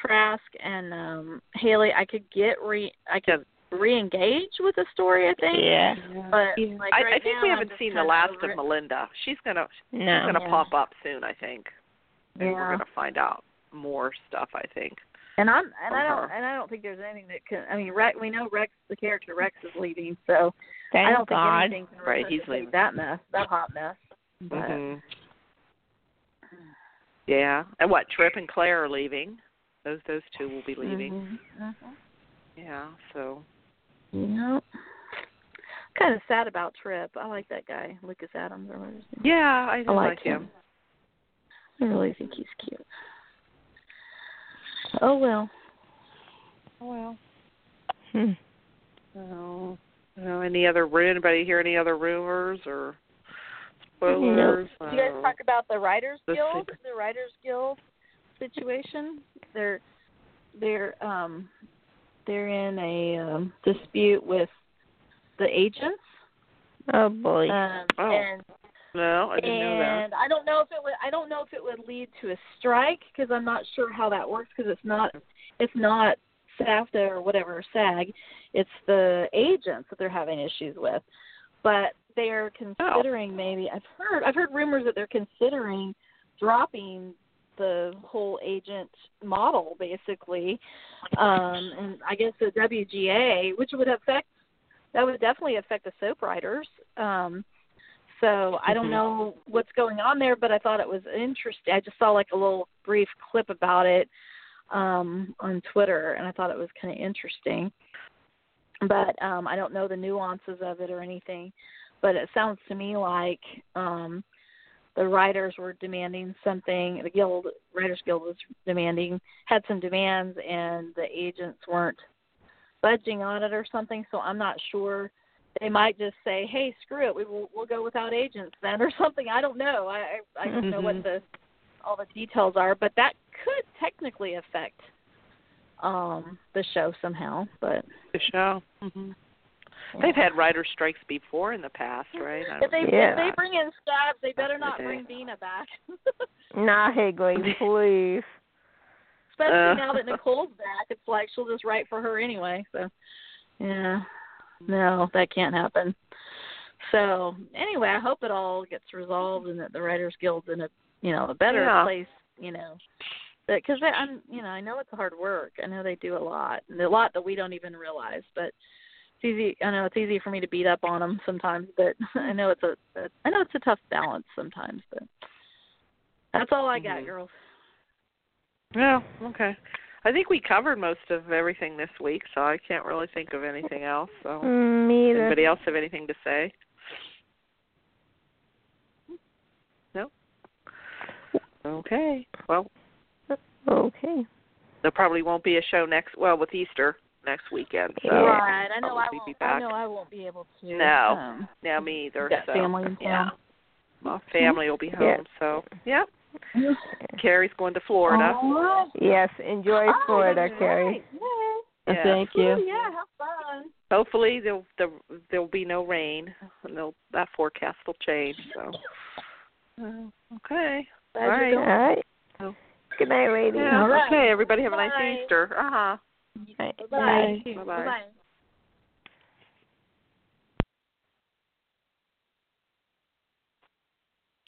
[SPEAKER 5] Trask and um, Haley, I could get re, I could re-engage with the story. I think.
[SPEAKER 4] Yeah.
[SPEAKER 5] But
[SPEAKER 2] Yeah.
[SPEAKER 5] like
[SPEAKER 2] I,
[SPEAKER 5] right
[SPEAKER 2] I think
[SPEAKER 5] now,
[SPEAKER 2] we
[SPEAKER 5] I'm
[SPEAKER 2] haven't
[SPEAKER 5] just
[SPEAKER 2] seen the
[SPEAKER 5] kinda
[SPEAKER 2] last
[SPEAKER 5] over
[SPEAKER 2] of
[SPEAKER 5] it.
[SPEAKER 2] Melinda. She's gonna she's
[SPEAKER 4] No.
[SPEAKER 2] gonna
[SPEAKER 5] Yeah.
[SPEAKER 2] pop up soon, I think, and we're
[SPEAKER 5] Yeah.
[SPEAKER 2] gonna find out more stuff. I think.
[SPEAKER 5] And I'm and I
[SPEAKER 2] from
[SPEAKER 5] don't
[SPEAKER 2] her.
[SPEAKER 5] and I don't think there's anything that can. I mean, Rex. We know Rex, the character Rex, is leaving, so
[SPEAKER 4] Thank
[SPEAKER 5] I don't
[SPEAKER 4] God.
[SPEAKER 5] think anything can
[SPEAKER 2] Right, he's
[SPEAKER 5] resuscitate
[SPEAKER 2] leaving.
[SPEAKER 5] that mess, that hot mess. But
[SPEAKER 2] Mhm. Yeah, and what? Trip and Claire are leaving. Those those two will be
[SPEAKER 5] Mm-hmm.
[SPEAKER 2] leaving. Yeah. So.
[SPEAKER 5] Yep. Kind of sad about Trip. I like that guy, Lucas Adams, or whatever. his name
[SPEAKER 2] Yeah, I,
[SPEAKER 5] is.
[SPEAKER 2] do
[SPEAKER 5] I
[SPEAKER 2] like
[SPEAKER 5] like him. I really think he's cute. Oh well.
[SPEAKER 2] Well.
[SPEAKER 4] Hmm.
[SPEAKER 2] So. Well, any other? Anybody hear any other rumors or spoilers?
[SPEAKER 5] Do you guys
[SPEAKER 2] Uh,
[SPEAKER 5] talk about the Writers
[SPEAKER 2] Let's see.
[SPEAKER 5] Guild, the Writers Guild situation? They're they're um they're in a um, dispute with the agents,
[SPEAKER 4] Oh boy.
[SPEAKER 5] um,
[SPEAKER 2] Oh,
[SPEAKER 5] and
[SPEAKER 2] no, I didn't know that.
[SPEAKER 5] and I don't know if it would I don't know if it would lead to a strike because I'm not sure how that works because it's not it's not SAFTA or whatever SAG, it's the agents that they're having issues with. But they are
[SPEAKER 2] Oh.
[SPEAKER 5] considering maybe I've heard I've heard rumors that they're considering dropping the whole agent model basically, um, and I guess the WGA, which would affect that would definitely affect the soap writers. Um, so I don't
[SPEAKER 2] Mhm.
[SPEAKER 5] know what's going on there, but I thought it was interesting. I just saw like a little brief clip about it um, on Twitter, and I thought it was kind of interesting. But um, I don't know the nuances of it or anything. But it sounds to me like um, the writers were demanding something. The guild, Writers Guild, was demanding had some demands, and the agents weren't budging on it or something. So I'm not sure. They might just say, "Hey, screw it. We will we'll go without agents then," or something. I don't know. I I, I don't know what
[SPEAKER 2] Mhm.
[SPEAKER 5] the all the details are, but that could technically affect um the show somehow. But
[SPEAKER 2] The show. hmm They've had writer strikes before in the past, right? I
[SPEAKER 5] if
[SPEAKER 2] don't-
[SPEAKER 5] they
[SPEAKER 4] Yeah.
[SPEAKER 5] if they bring in Scabs, they better
[SPEAKER 2] Back in the
[SPEAKER 5] not
[SPEAKER 2] day.
[SPEAKER 5] bring Dina back.
[SPEAKER 4] Nah, Higley, please.
[SPEAKER 5] Especially
[SPEAKER 2] Uh.
[SPEAKER 5] now that Nicole's back, it's like she'll just write for her anyway. So, yeah, no, that can't happen. So anyway, I hope it all gets resolved and that the Writers Guild's in a you know a better
[SPEAKER 2] Yeah.
[SPEAKER 5] place. You know, because I'm you know I know it's hard work. I know they do a lot and a lot that we don't even realize. But it's easy. I know it's easy for me to beat up on them sometimes, but I know it's a I know it's a tough balance sometimes. But that's all I got,
[SPEAKER 2] Mhm.
[SPEAKER 5] girls.
[SPEAKER 2] Yeah, okay. I think we covered most of everything this week, so I can't really think of anything else. So,
[SPEAKER 4] Mm, Me either.
[SPEAKER 2] anybody else have anything to say? No. Okay. Well,
[SPEAKER 4] Okay.
[SPEAKER 2] there probably won't be a show next. Well, with Easter next weekend. So
[SPEAKER 4] Yeah.
[SPEAKER 5] Right. I know
[SPEAKER 2] Probably
[SPEAKER 5] I
[SPEAKER 2] be
[SPEAKER 5] won't.
[SPEAKER 2] back.
[SPEAKER 5] I know I won't be able to.
[SPEAKER 2] No.
[SPEAKER 5] Um,
[SPEAKER 2] now me either.
[SPEAKER 5] got
[SPEAKER 2] so
[SPEAKER 5] family in
[SPEAKER 2] yeah,
[SPEAKER 5] town.
[SPEAKER 2] my family will be
[SPEAKER 5] Mm-hmm.
[SPEAKER 2] home.
[SPEAKER 4] Yeah.
[SPEAKER 2] So yeah, Carrie's going to Florida.
[SPEAKER 5] Oh,
[SPEAKER 4] Yes, enjoy
[SPEAKER 5] oh,
[SPEAKER 4] Florida,
[SPEAKER 5] that's
[SPEAKER 4] Carrie.
[SPEAKER 5] Right. Yay.
[SPEAKER 2] Yeah.
[SPEAKER 3] Thank
[SPEAKER 5] Ooh,
[SPEAKER 3] you.
[SPEAKER 5] yeah. Have fun.
[SPEAKER 2] Hopefully there'll there, there'll be no rain. And they'll, that forecast will change. So Uh, okay.
[SPEAKER 5] Glad
[SPEAKER 2] All
[SPEAKER 5] you're
[SPEAKER 2] right.
[SPEAKER 4] All right.
[SPEAKER 2] Oh.
[SPEAKER 4] Good night, ladies.
[SPEAKER 2] Yeah,
[SPEAKER 5] All right.
[SPEAKER 2] Okay. Everybody have a Uh-huh.
[SPEAKER 5] Bye.
[SPEAKER 2] nice Easter. Uh huh.
[SPEAKER 4] Bye.
[SPEAKER 5] Bye.
[SPEAKER 2] Bye bye.
[SPEAKER 5] Bye.